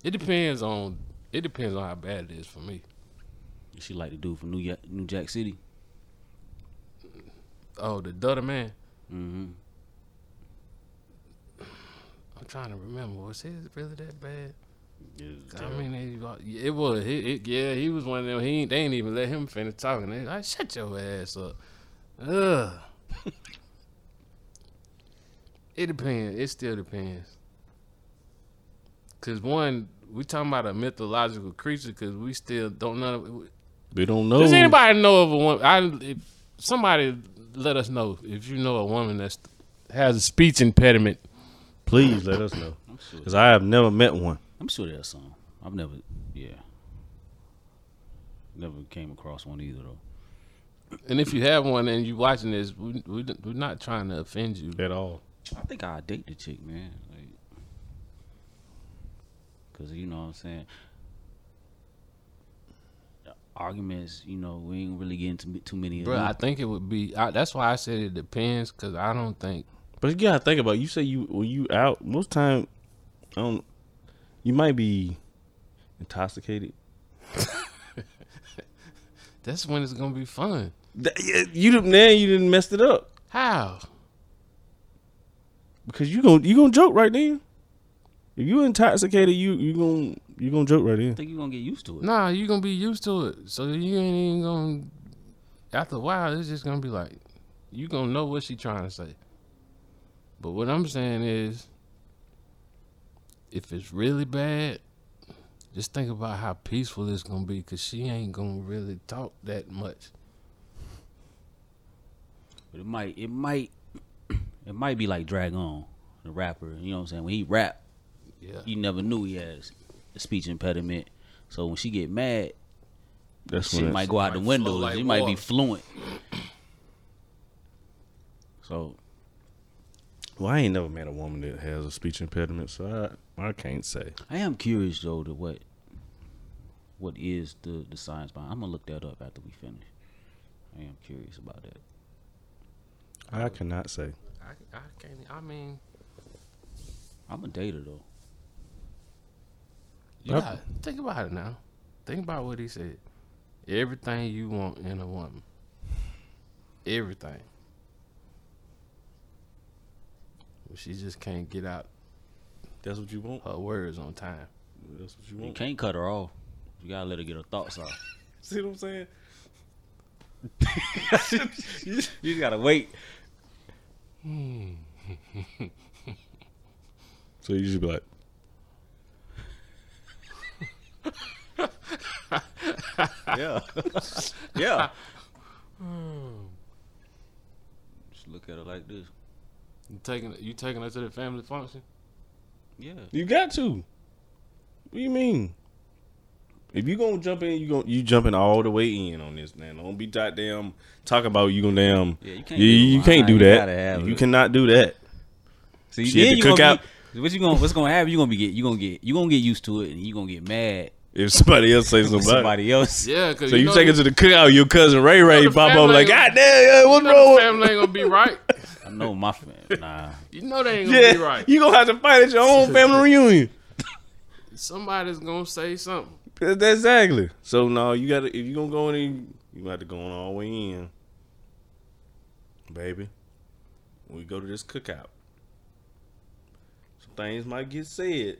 Speaker 2: It depends on. It depends on how bad it is for me.
Speaker 1: She like the dude from New York, New Jack City.
Speaker 2: Oh, the Dutter Man.
Speaker 1: Mm-hmm.
Speaker 2: I'm trying to remember. Was his really that bad?
Speaker 3: Yeah,
Speaker 2: I mean, they- it was. He, it, yeah, he was one of them. He ain't, they ain't even let him finish talking. They like, shut your ass up. Ugh. it depends. It still depends. Cause one, we talking about a mythological creature. Cause we still don't know.
Speaker 3: we don't know.
Speaker 2: Does anybody know of a woman? I, if somebody let us know if you know a woman that's has a speech impediment.
Speaker 3: Please let us know,
Speaker 1: I'm sure.
Speaker 3: because I have never met one.
Speaker 1: I'm sure there's some. I've never, yeah, never came across one either though.
Speaker 2: And if you have one and you watching this, we, we we're not trying to offend you.
Speaker 3: At all.
Speaker 1: I think I date the chick, man. Like, cause you know what I'm saying. The arguments, you know, we ain't really getting to, too many of
Speaker 2: Bro, I
Speaker 1: them.
Speaker 2: think it would be. I, that's why I said it depends, because I don't think.
Speaker 3: But you gotta think about it. you say you when you out most time I don't you might be intoxicated.
Speaker 2: That's when it's gonna be fun.
Speaker 3: That- yeah, You done now you didn't messed it up.
Speaker 2: How?
Speaker 3: Because you gonna you gonna joke right then. If you intoxicated, you you gonna you gonna joke right
Speaker 1: I
Speaker 3: then.
Speaker 1: think you're gonna get used to it.
Speaker 2: Nah, you gonna be used to it, so you ain't even gonna. After a while, it's just gonna be like, you gonna know what she trying to say. But what I'm saying is, if it's really bad, just think about how peaceful it's gonna be, cause she ain't gonna really talk that much.
Speaker 1: But it might, it might, (clears throat) it might be like Drag On, the rapper. You know what I'm saying? When he rap,
Speaker 2: Yeah.
Speaker 1: you never knew he had a speech impediment. So when she get mad,
Speaker 3: That's
Speaker 1: She
Speaker 3: when
Speaker 1: might
Speaker 3: might
Speaker 1: go out the
Speaker 2: might
Speaker 1: window.
Speaker 2: flow like
Speaker 1: you might be
Speaker 2: water.
Speaker 1: fluent. (clears throat) So
Speaker 3: Well, I ain't never met a woman that has a speech impediment, so I I can't say.
Speaker 1: I am curious though to what what is the the science behind. I'm gonna look that up after we finish. I am curious about that.
Speaker 3: I cannot say.
Speaker 2: I, I can't. I mean,
Speaker 1: I'm a data though.
Speaker 2: you
Speaker 3: Yep.
Speaker 2: gotta think about it now. Think about what he said. Everything you want in a woman. Everything. But she just can't get out
Speaker 3: That's what you want.
Speaker 2: her words on time.
Speaker 3: That's what you
Speaker 1: You
Speaker 3: want.
Speaker 1: can't cut her off. You gotta let her get her thoughts out.
Speaker 3: See what I'm saying?
Speaker 1: (laughs) you just gotta
Speaker 3: (laughs)
Speaker 1: wait.
Speaker 3: So you should be like,
Speaker 1: (laughs) Yeah, yeah. Just look at her like this.
Speaker 2: You taking you taking her to the family function?
Speaker 1: Yeah,
Speaker 3: you got to. What do you mean? If you gonna jump in, you gonna you jumping all the way in on this, man. Don't be goddamn talking about you gonna damn.
Speaker 1: yeah. You
Speaker 3: You,
Speaker 1: can't. get
Speaker 3: you,
Speaker 1: her
Speaker 3: can't
Speaker 1: line.
Speaker 3: do
Speaker 1: gotta
Speaker 3: that.
Speaker 1: have
Speaker 3: You
Speaker 1: it.
Speaker 3: cannot do that.
Speaker 1: See,
Speaker 3: She
Speaker 1: then
Speaker 3: had
Speaker 1: you
Speaker 3: to cook
Speaker 1: gonna be- what you gonna what's gonna happen? You gonna be get you gonna get you gonna get used to it, and you gonna get mad
Speaker 3: If somebody else says
Speaker 1: with
Speaker 3: something,
Speaker 1: somebody else.
Speaker 2: Yeah, cause
Speaker 3: so you,
Speaker 2: know
Speaker 3: take
Speaker 2: the-
Speaker 3: it to the cookout. Your cousin Ray Ray
Speaker 2: the
Speaker 3: pop up
Speaker 2: family-
Speaker 3: like, God damn, yeah,
Speaker 2: you
Speaker 3: what's
Speaker 2: know the
Speaker 3: wrong?
Speaker 2: family
Speaker 3: With
Speaker 2: ain't
Speaker 3: (laughs)
Speaker 2: gonna be right.
Speaker 1: I know my friend. Nah,
Speaker 2: You know they ain't gonna be
Speaker 3: yeah,
Speaker 2: right.
Speaker 3: you gonna have to fight at
Speaker 1: (laughs)
Speaker 3: your own family reunion.
Speaker 2: Somebody's gonna say something.
Speaker 3: That's exactly. So no, you gotta if you gonna go in, you got to go on all the way in, baby. We go to this cookout. Some things might get said.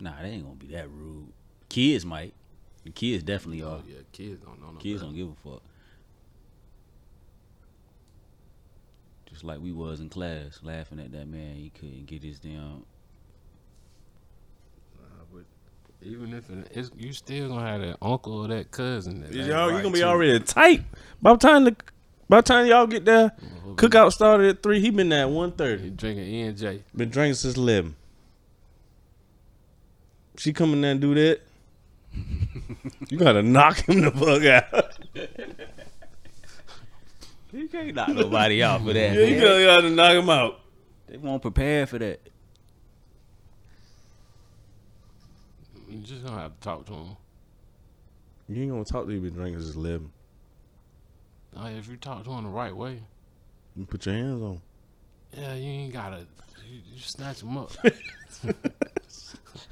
Speaker 1: nah, they ain't gonna be that rude. Kids might. The kids definitely
Speaker 2: Oh
Speaker 1: are.
Speaker 2: yeah, kids don't know no
Speaker 1: Kids
Speaker 2: better.
Speaker 1: don't give a fuck. Just like we was in class laughing at that man. He couldn't get his damn.
Speaker 2: Nah, but even if it, it's, you still gonna have that uncle or that cousin. That ain't
Speaker 3: y'all, you
Speaker 2: right
Speaker 3: gonna be
Speaker 2: to you.
Speaker 3: already tight by the time the by the time y'all get there.
Speaker 2: Mm-hmm.
Speaker 3: Cookout started at three. He been there at one
Speaker 2: You
Speaker 3: thirty.
Speaker 2: drinking E and J.
Speaker 3: Been drinking since eleven. She come in there and
Speaker 2: (laughs)
Speaker 3: do that. you gotta knock him the fuck out.
Speaker 1: You (laughs) can't knock nobody out for that.
Speaker 3: yeah, you
Speaker 1: man.
Speaker 3: gotta, you gotta knock him out.
Speaker 1: They won't prepare for that.
Speaker 2: You just gonna have to talk to him.
Speaker 3: You ain't gonna talk to you been drinking since eleven.
Speaker 2: Uh, if you talk to him the right way,
Speaker 3: You put your hands on.
Speaker 2: yeah, you ain't gotta. You, you snatch him up.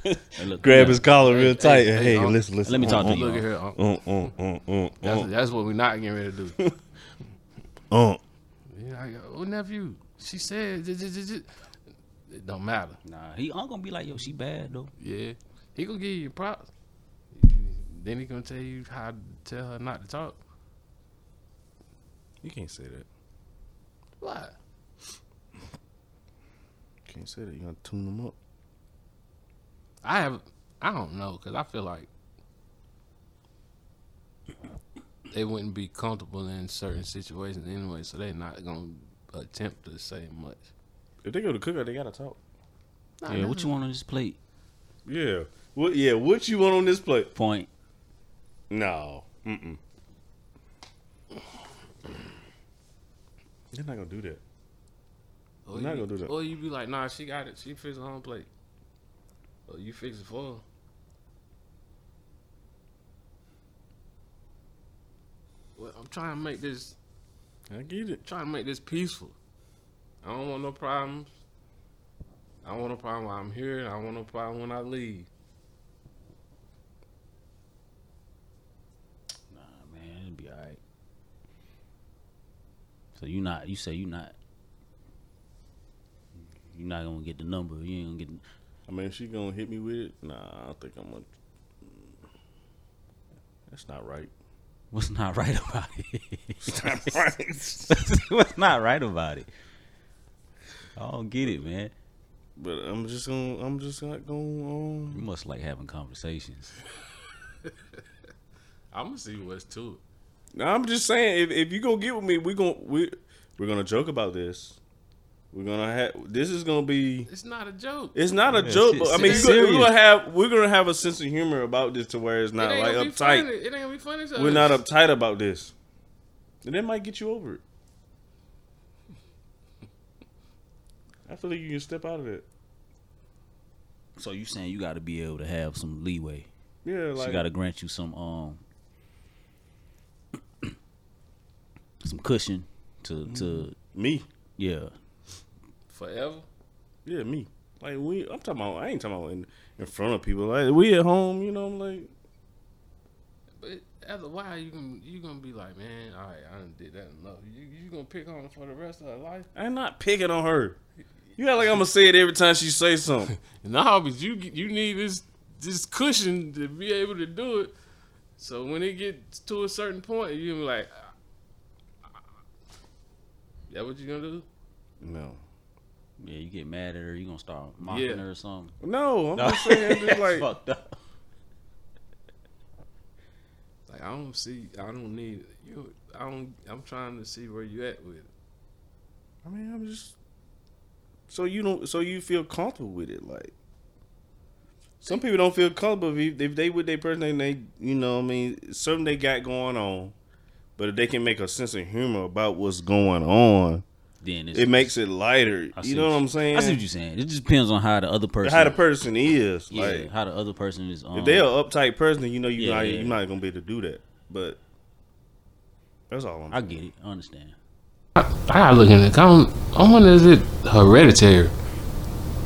Speaker 1: Hey, look,
Speaker 3: Grab
Speaker 1: look,
Speaker 3: his collar real
Speaker 2: Hey,
Speaker 3: tight.
Speaker 2: hey,
Speaker 3: Hey,
Speaker 2: hey, um,
Speaker 3: listen, listen.
Speaker 1: let me talk to you.
Speaker 2: Look at her. uncle.
Speaker 3: Uh, uh, uh, uh,
Speaker 2: That's,
Speaker 3: uh,
Speaker 2: that's what we're not getting ready to do.
Speaker 3: uh.
Speaker 2: Yeah, I go, oh nephew, she said j- j- j- j-" it don't matter.
Speaker 1: Nah, he I'm gonna be like yo, she bad though.
Speaker 2: Yeah, he gonna give you props. Then he gonna tell you how to tell her not to talk.
Speaker 3: You can't say that.
Speaker 2: Why?
Speaker 3: Can't say that. You gotta tune them up.
Speaker 2: I have. I don't know because I feel like they wouldn't be comfortable in certain situations anyway, so they're not gonna attempt to say much.
Speaker 3: If they go to cookout, they gotta talk.
Speaker 1: yeah, what you want on this plate?
Speaker 3: Yeah. What? Yeah. What you want on this plate?
Speaker 1: Point.
Speaker 3: No. Mm-mm. They're not gonna do that.
Speaker 2: Or
Speaker 3: I'm not
Speaker 2: you-
Speaker 3: gonna do that.
Speaker 2: Or you be like, nah, she got it. She fixed her home plate. Or you fix it for her. Well, I'm trying to make this
Speaker 3: I get it.
Speaker 2: trying to make this peaceful. I don't want no problems. I don't want no problem while I'm here. I don't want no problem when I leave.
Speaker 1: Nah, man, it'll be alright. So you not you say you not you not gonna get the number. You ain't gonna get.
Speaker 3: I mean, if she gonna hit me with it, nah. I don't think I'm gonna. That's not (laughs) right.
Speaker 1: What's not right about it?
Speaker 3: It's not right.
Speaker 1: (laughs) What's not right about it? I don't get it, man.
Speaker 3: But I'm just gonna, I'm just not gonna.
Speaker 1: You
Speaker 3: Um,
Speaker 1: must like having conversations.
Speaker 2: I'm gonna see what's to
Speaker 3: nah, I'm just saying, if if you gonna get with me, we gonna we we're gonna joke about this. We're gonna have this is gonna be.
Speaker 2: it. It's not a joke.
Speaker 3: It's not a
Speaker 1: Yeah,
Speaker 3: joke,
Speaker 1: shit,
Speaker 3: but I mean,
Speaker 2: shit
Speaker 3: you gonna- we're
Speaker 1: serious.
Speaker 3: gonna have we're gonna have a sense of humor about this to where it's
Speaker 2: it
Speaker 3: not
Speaker 2: ain't
Speaker 3: like
Speaker 2: gonna be
Speaker 3: uptight.
Speaker 2: funny. It ain't gonna be funny. to
Speaker 3: We're
Speaker 2: us.
Speaker 3: not uptight about this, and that might get you over it. I feel like you can step out of it.
Speaker 1: So you saying you got to be able to have some leeway?
Speaker 3: Yeah,
Speaker 1: she
Speaker 3: like
Speaker 1: got to grant you some um (clears throat) some cushion to
Speaker 3: Mm-hmm.
Speaker 1: to
Speaker 3: me.
Speaker 1: yeah.
Speaker 2: Forever.
Speaker 3: Yeah, me. Like we, I'm talking about. I ain't talking about in, in front of people. Like we at home, you know. I'm like,
Speaker 2: But after a while, you gonna you gonna be like, man, all right, I done did that enough. You you gonna pick on her for the rest of her life?
Speaker 3: I'm not picking on her. You act like I'm gonna say it every time she
Speaker 1: (laughs)
Speaker 3: say something.
Speaker 2: No, but you you need this this cushion to be able to do it. So when it gets to a certain point, you gonna be like, that what you gonna do?
Speaker 3: No,
Speaker 1: Yeah, you get mad at her, you gonna start mocking
Speaker 2: Yeah.
Speaker 1: her or something.
Speaker 3: no. I'm just
Speaker 1: (laughs)
Speaker 3: saying, just
Speaker 1: That's
Speaker 3: like
Speaker 1: fucked up.
Speaker 2: Like I don't see, I don't need you. I don't. I'm trying to see where you at with it.
Speaker 3: I mean, I'm just. So you don't. So you feel comfortable with it, like. Some people don't feel comfortable if, if they with their person and they, you know, what I mean, something they got going on, but if they can make a sense of humor about what's going on,
Speaker 1: Then it's,
Speaker 3: it makes it lighter.
Speaker 1: I see
Speaker 3: You know what
Speaker 1: you-
Speaker 3: I'm saying?
Speaker 1: I see what you're saying. It just depends on how the other person
Speaker 3: how the person is.
Speaker 1: yeah,
Speaker 3: Like
Speaker 1: how the other person is um,
Speaker 3: if they're an uptight person, you know you
Speaker 1: Yeah,
Speaker 3: not
Speaker 1: yeah.
Speaker 3: you're not gonna be able to do that. But that's all I'm.
Speaker 1: I get it. I understand.
Speaker 2: I gotta look in the comment. I wonder is it hereditary?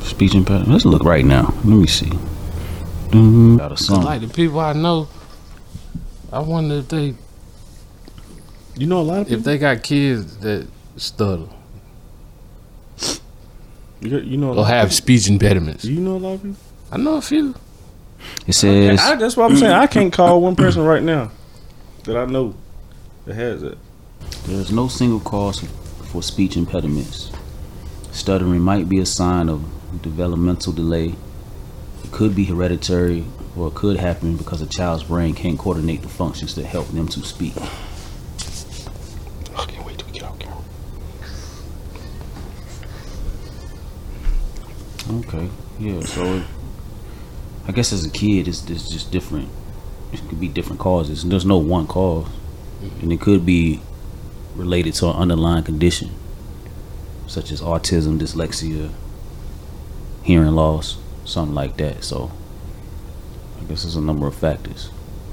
Speaker 1: Speech impediment. Let's look right now. Let me see. Mm, Got a
Speaker 2: Cause
Speaker 1: song.
Speaker 2: like the people I know, I wonder if they
Speaker 3: you know a lot of
Speaker 2: if they got kids that stutter
Speaker 3: You, you know a
Speaker 2: or
Speaker 3: lot
Speaker 2: have speech impediments.
Speaker 3: you know a lot of people?
Speaker 2: I know a few.
Speaker 1: It says
Speaker 3: I, that's what I'm saying. I can't call one person right now that I know that has it.
Speaker 1: there's no single cause for speech impediments. Stuttering might be a sign of developmental delay. It could be hereditary, or it could happen because a child's brain can't coordinate the functions that help them to speak.
Speaker 2: I can't wait to get out camera.
Speaker 1: Okay. Yeah. So, it, I guess as a kid, it's, it's just different. It could be different causes. There's no one cause, and it could be related to an underlying condition, such as autism, dyslexia, hearing loss, something like that. So, I guess there's a number of factors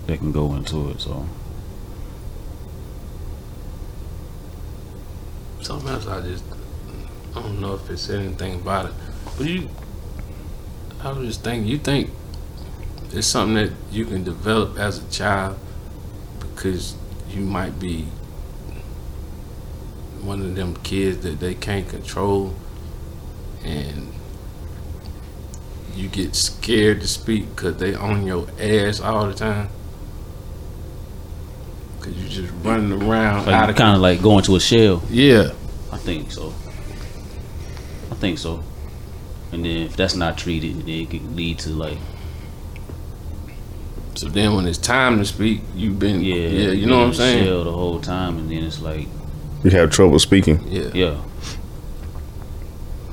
Speaker 1: that can go into it. So,
Speaker 2: Sometimes I just I don't know if it's anything about it, but you, I was just thinking. You think it's something that you can develop as a child because you might be one of them kids that they can't control, and you get scared to speak because they on your ass all the time. Cause you just running around out of
Speaker 1: kind of like going to a shell.
Speaker 2: yeah.
Speaker 1: I think so. I think so. And then if that's not treated, then it could lead to like
Speaker 2: So then when it's time to speak, you've been
Speaker 1: yeah,
Speaker 2: yeah, you know what I'm
Speaker 1: in
Speaker 2: saying?
Speaker 1: Shell the whole time, and then it's like
Speaker 3: You have trouble speaking.
Speaker 2: Yeah.
Speaker 1: yeah,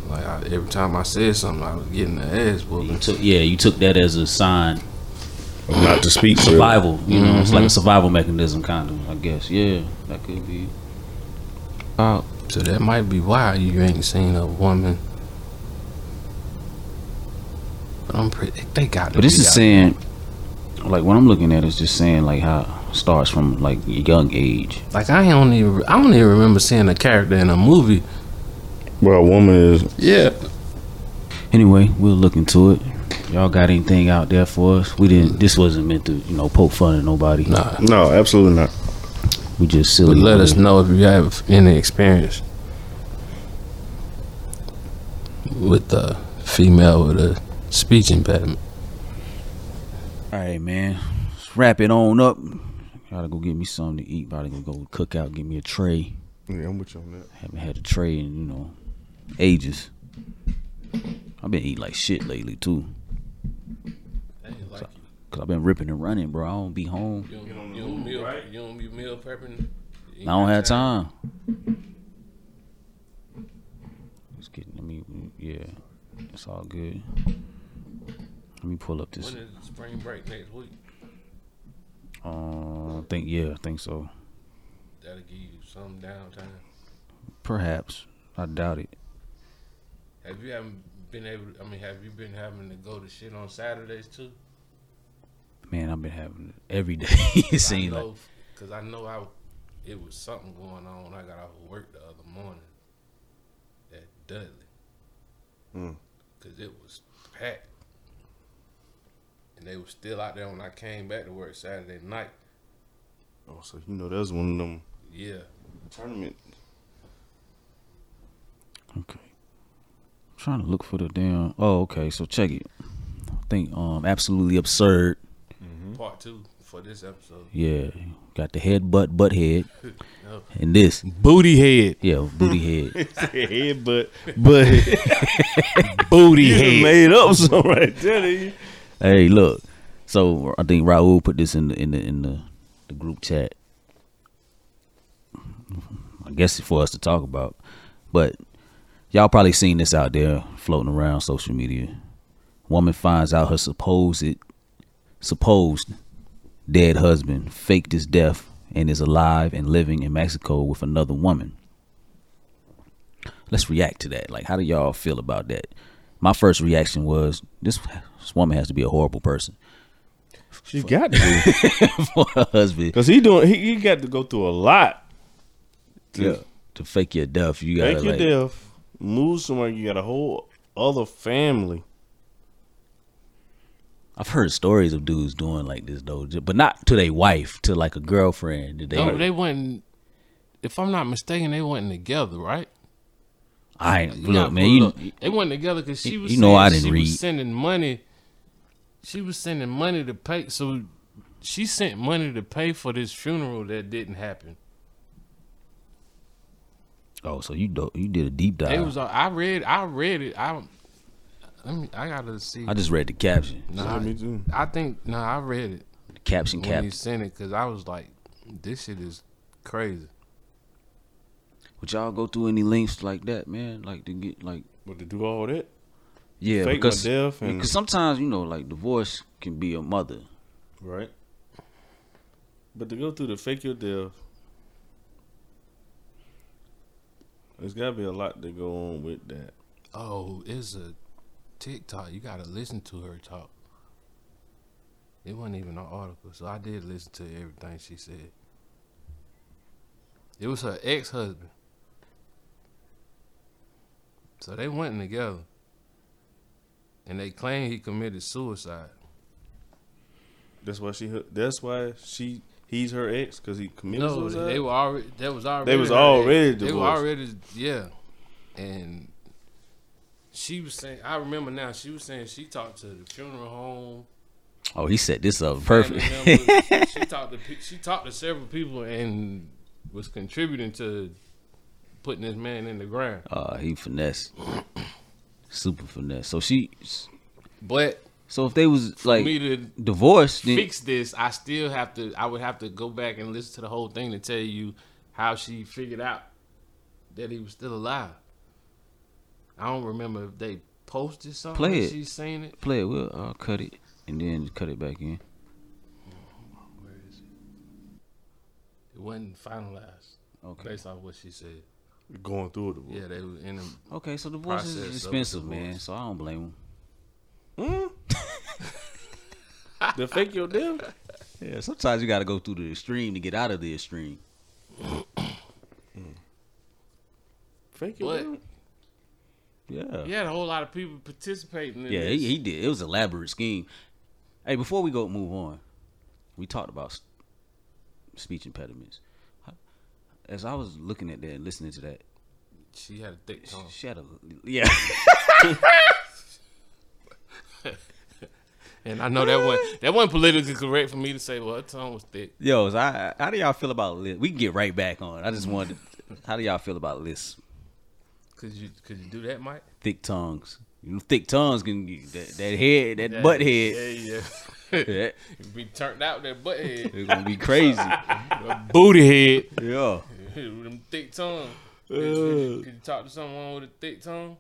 Speaker 2: Like I, every time I said something, I was getting the ass
Speaker 1: you
Speaker 2: whooping.
Speaker 1: took yeah, you took that as a sign
Speaker 3: Not to speak.
Speaker 1: survival. You know, it's like a survival mechanism, kind of. I guess yeah, that could be.
Speaker 2: out. So that might be why you ain't seen a woman. But I'm pretty. They got.
Speaker 1: But this is saying, like what I'm looking at is just saying like how it starts from like a young age.
Speaker 2: like I don't even. I don't even remember seeing a character in a movie.
Speaker 3: Well, a woman is.
Speaker 2: Yeah.
Speaker 1: Anyway, we'll look into it. Y'all got anything out there for us? We didn't. This wasn't meant to, you know, poke fun at nobody.
Speaker 2: Nah.
Speaker 3: No, absolutely not.
Speaker 1: We just
Speaker 2: But
Speaker 1: silly.
Speaker 2: let us know if you have any experience with a female with a speech impediment.
Speaker 1: All right, man. Let's wrap it on up. Gotta go get me something to eat. Probably gonna go cook out, get me a tray.
Speaker 3: Yeah, I'm with you on that.
Speaker 1: Haven't had a tray in, you know, ages. I've been eating like shit lately, too. Cause I've been ripping and running, bro. I don't be home.
Speaker 2: You don't, you don't meal, you don't be meal prepping.
Speaker 1: I don't have time. Just kidding. Let me, yeah. It's all good. Let me pull up this.
Speaker 2: When is spring break next week?
Speaker 1: Uh, I think yeah, I think so.
Speaker 2: That'll give you some downtime.
Speaker 1: Perhaps. I doubt it.
Speaker 2: Have you haven't been able? I mean, have you been having to go to shit on Saturdays too?
Speaker 1: Man, I've been having it every (laughs) day. it seems like
Speaker 2: because I know I it was something going on when I got off of work the other morning at Dudley
Speaker 3: Mm.
Speaker 2: because it was packed and they were still out there when I came back to work Saturday night.
Speaker 3: Oh, so you know that's one of them
Speaker 2: Yeah,
Speaker 3: tournament.
Speaker 1: Okay. trying to look for the damn. Oh, okay. So check it. I think um absolutely absurd.
Speaker 2: part two for this episode.
Speaker 1: Yeah, got the head butt butt head, and this
Speaker 3: Booty (laughs) head.
Speaker 1: yeah booty head.
Speaker 3: head but but booty you head. made up (laughs) something right there. didn't you?
Speaker 1: Hey, look. So I think Raul put this in the in the in the, the group chat. I guess it's for us to talk about, but y'all probably seen this out there floating around social media. Woman finds out her supposed supposed dead husband faked his death and is alive and living in Mexico with another woman. Let's react to that. Like, how do y'all feel about that? My first reaction was this, this woman has to be a horrible person (laughs)
Speaker 3: She got to (laughs) be
Speaker 1: for her husband.
Speaker 3: because he doing he, he got to go through a lot. To
Speaker 1: To, to fake your death, you gotta
Speaker 3: Take your
Speaker 1: like,
Speaker 3: death, move somewhere. You got a whole other family.
Speaker 1: I've heard stories of dudes doing like this though, ju- but not to their wife, to like a girlfriend. Did they?
Speaker 2: No, they wasn't. If I'm not mistaken, they wasn't together, right?
Speaker 1: I ain't-
Speaker 2: Yeah,
Speaker 1: look, man.
Speaker 2: but
Speaker 1: You,
Speaker 2: look, they wasn't together because she
Speaker 1: you-
Speaker 2: was.
Speaker 1: you know
Speaker 2: saying
Speaker 1: I didn't
Speaker 2: she
Speaker 1: read.
Speaker 2: Was sending money. She was sending money to pay. So she sent money to pay for this funeral that didn't happen.
Speaker 1: oh, so you do, you did a deep
Speaker 2: It
Speaker 1: dive.
Speaker 2: was. uh, I read. I read it. I. Let me. I gotta see.
Speaker 1: I just read the caption.
Speaker 2: Nah,
Speaker 3: me too.
Speaker 2: I think. No, I read it
Speaker 1: The caption
Speaker 2: when
Speaker 1: cap.
Speaker 2: he sent it because I was like, "This shit is crazy."
Speaker 1: Would y'all go through any lengths like that, man? Like to get like
Speaker 3: But to do all that,
Speaker 1: yeah,
Speaker 3: Fake my
Speaker 1: because
Speaker 3: death and-
Speaker 1: because sometimes you know like divorce can be a mother.
Speaker 3: right? But to go through the fake your death, there's got to be a lot to go on with that.
Speaker 2: Oh, it's a TikTok. You gotta listen to her talk. It wasn't even an article, so I did listen to everything she said. It was her ex husband. So they went together. And they claim he committed suicide.
Speaker 3: That's why she. That's why she. He's her ex because he committed
Speaker 2: No,
Speaker 3: suicide.
Speaker 2: they were already. That was already.
Speaker 3: was
Speaker 2: her
Speaker 3: already
Speaker 2: ex. They were
Speaker 3: divorced.
Speaker 2: already. Yeah, and she was saying. I remember now. She was saying she talked to the funeral home.
Speaker 1: Oh, he set this up (laughs)
Speaker 2: family
Speaker 1: perfect.
Speaker 2: members. she talked to. pe- She talked to several people and was contributing to putting this man in the ground.
Speaker 1: Uh, he finesse, super finesse. So she,
Speaker 2: But
Speaker 1: so if they was
Speaker 2: for
Speaker 1: like
Speaker 2: me to
Speaker 1: divorced, then
Speaker 2: fix this, I still have to. I would have to go back and listen to the whole thing to tell you how she figured out that he was still alive. I don't remember if they posted something.
Speaker 1: Play
Speaker 2: that
Speaker 1: it.
Speaker 2: She's saying it.
Speaker 1: play it. We'll I'll cut it and then cut it back in.
Speaker 2: Where is it? It wasn't finalized
Speaker 1: Okay.
Speaker 2: based off what she said.
Speaker 3: going through it.
Speaker 2: Yeah, they were in. A,
Speaker 1: Okay. So divorce
Speaker 2: Process
Speaker 1: is
Speaker 2: of
Speaker 1: expensive,
Speaker 2: divorce.
Speaker 1: man. So I don't blame him.
Speaker 3: to fake your death.
Speaker 1: Yeah. Sometimes you got to go through the extreme to get out of the extreme.
Speaker 3: Fake your
Speaker 2: but
Speaker 3: death.
Speaker 1: Yeah.
Speaker 2: he had a whole lot of people participating. In
Speaker 1: Yeah.
Speaker 2: this.
Speaker 1: He, he did. It was an elaborate scheme. Hey, before we go move on, we talked about s- speech impediments. As I was looking at that and listening to that,
Speaker 2: she had a thick tongue.
Speaker 1: she had a yeah. (laughs)
Speaker 2: And I know that wasn't that wasn't politically correct for me to say. Well, her tongue was thick.
Speaker 1: Yo, so I, how do y'all feel about Liz? We can get right back on. I just
Speaker 2: Mm.
Speaker 1: wanted. To, how do y'all feel about Liz?
Speaker 2: Could you could you do that, Mike?
Speaker 1: Thick tongues. You know, thick tongues can get that, that head, that butt head.
Speaker 2: Yeah, yeah. (laughs)
Speaker 1: Yeah,
Speaker 2: It'd be turned out that butt (laughs) head,
Speaker 1: it's gonna be crazy.
Speaker 3: Booty head.
Speaker 2: (laughs)
Speaker 1: yeah.
Speaker 2: with them thick tongue. Could you, could you talk to someone with a thick tongue?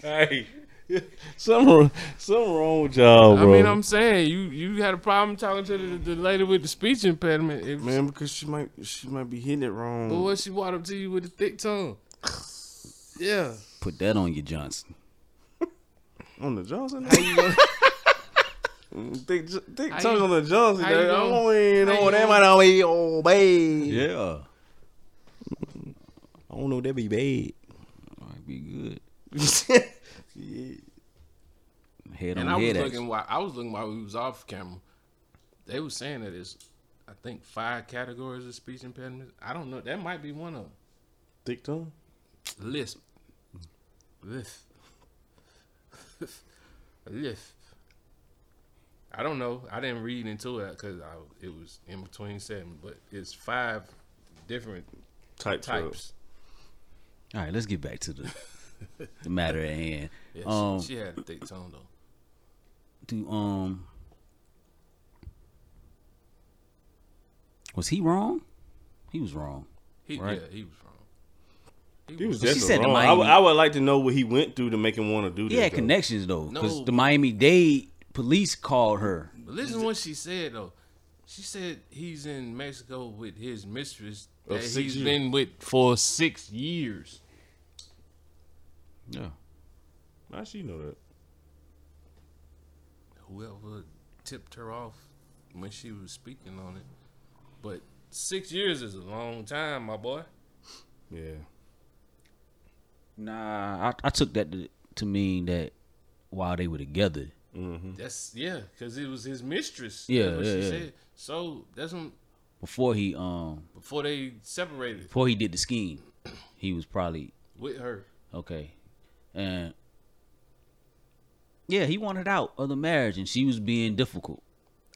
Speaker 3: Hey, (laughs) something, something wrong with y'all,
Speaker 2: I
Speaker 3: Oh, bro.
Speaker 2: mean, I'm saying you you had a problem talking to the, the lady with the speech impediment. If,
Speaker 3: man because she might she might be hitting it wrong.
Speaker 2: But what she walked up to you (sighs) with a thick tongue? Yeah,
Speaker 1: Put that on you, Johnson.
Speaker 3: on the Johnson. How you gonna- (laughs) Mm, Thick, J- thick
Speaker 2: How
Speaker 3: tongue
Speaker 2: you-
Speaker 3: on the Johnson.
Speaker 2: how you
Speaker 3: dog.
Speaker 2: gonna-
Speaker 3: Oh, ain't
Speaker 2: how
Speaker 3: no,
Speaker 2: you
Speaker 3: that
Speaker 2: gonna-
Speaker 3: might not be oh babe.
Speaker 1: Yeah.
Speaker 3: I don't know that be bad. (laughs)
Speaker 1: Might be good.
Speaker 3: yeah.
Speaker 1: Head on
Speaker 2: And I was
Speaker 1: head action.
Speaker 2: looking while I was looking while we was off camera. They were saying that it's I think five categories of speech impediments. I don't know. That might be one of
Speaker 3: Thick tongue.
Speaker 2: them. Lisp. Lisp. Lisp. I don't know. I didn't read into it because it was in between seven, but it's five different
Speaker 3: Type
Speaker 2: types.
Speaker 1: All right, let's get back to the, the matter at
Speaker 2: (laughs)
Speaker 1: hand.
Speaker 2: Yeah, she,
Speaker 1: um,
Speaker 2: she had a thick tongue though.
Speaker 1: do um, was he wrong? He was wrong.
Speaker 2: He,
Speaker 1: Right.
Speaker 2: Yeah, he was wrong.
Speaker 3: He was
Speaker 1: But she
Speaker 3: just
Speaker 1: said the
Speaker 3: wrong. I would-
Speaker 1: Miami-
Speaker 3: I would like to know what he went through to make him want to do
Speaker 1: He
Speaker 3: that.
Speaker 1: had
Speaker 3: though.
Speaker 1: connections though, because
Speaker 2: No.
Speaker 1: the Miami Dade police called her.
Speaker 2: But listen to what she said though. She said he's in Mexico with his mistress
Speaker 3: Of
Speaker 2: that he's
Speaker 3: six years.
Speaker 2: been with for six years.
Speaker 1: Yeah.
Speaker 3: How she know that?
Speaker 2: Whoever tipped her off when she was speaking on it. But six years is a long time, my boy.
Speaker 3: Yeah.
Speaker 1: Nah, I, I took that to, to mean that while they were together,
Speaker 2: That's yeah, because it was his mistress.
Speaker 1: Mm. Yeah,
Speaker 2: that's what
Speaker 1: yeah,
Speaker 2: she
Speaker 1: yeah.
Speaker 2: said. So that's when
Speaker 1: before he um
Speaker 2: before they separated
Speaker 1: before he did the scheme, he was probably
Speaker 2: with her.
Speaker 1: Okay. And yeah, he wanted out of the marriage and she was being difficult.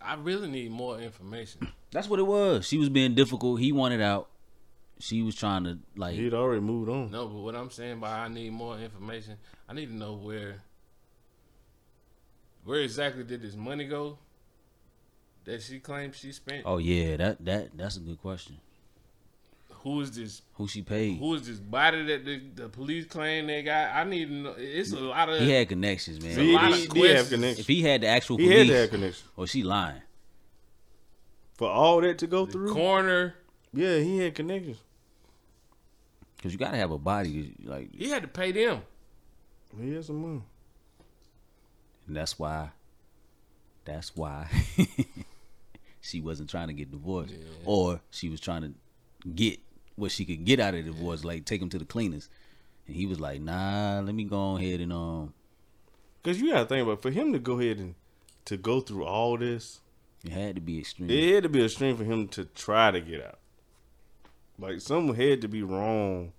Speaker 2: I really need more
Speaker 1: (laughs)
Speaker 2: information.
Speaker 1: That's what it was. She was being difficult. He wanted out. She was trying to like
Speaker 3: He'd already moved on.
Speaker 2: No, but what I'm saying by I need more information, I need to know where where exactly did this money go that she claims she spent?
Speaker 1: Oh yeah, that that that's a good question.
Speaker 2: Who is this
Speaker 1: Who she paid?
Speaker 2: who is this body that the, the police claim they got? I need to know it's a lot of
Speaker 1: He had connections, man.
Speaker 3: He,
Speaker 2: lot of
Speaker 3: he- he
Speaker 2: questions.
Speaker 3: have connections.
Speaker 1: if he had the actual
Speaker 3: He
Speaker 1: police
Speaker 3: had that connection.
Speaker 1: or she lying.
Speaker 3: For all that to go
Speaker 2: the
Speaker 3: through,
Speaker 2: coroner.
Speaker 3: yeah, he had connections.
Speaker 1: Cuz you got to have a body to, like
Speaker 2: He had to pay them.
Speaker 3: He had some money.
Speaker 1: and that's why that's why (laughs) she wasn't trying to get divorced or she was trying to get what she could get out of the divorce like take him to the cleaners and he was like nah let me go on ahead and um
Speaker 3: Cause you gotta think about it. for him to go ahead and to go through all this,
Speaker 1: it had to be extreme
Speaker 3: it had to be a strain for him to try to get out. Like something had to be wrong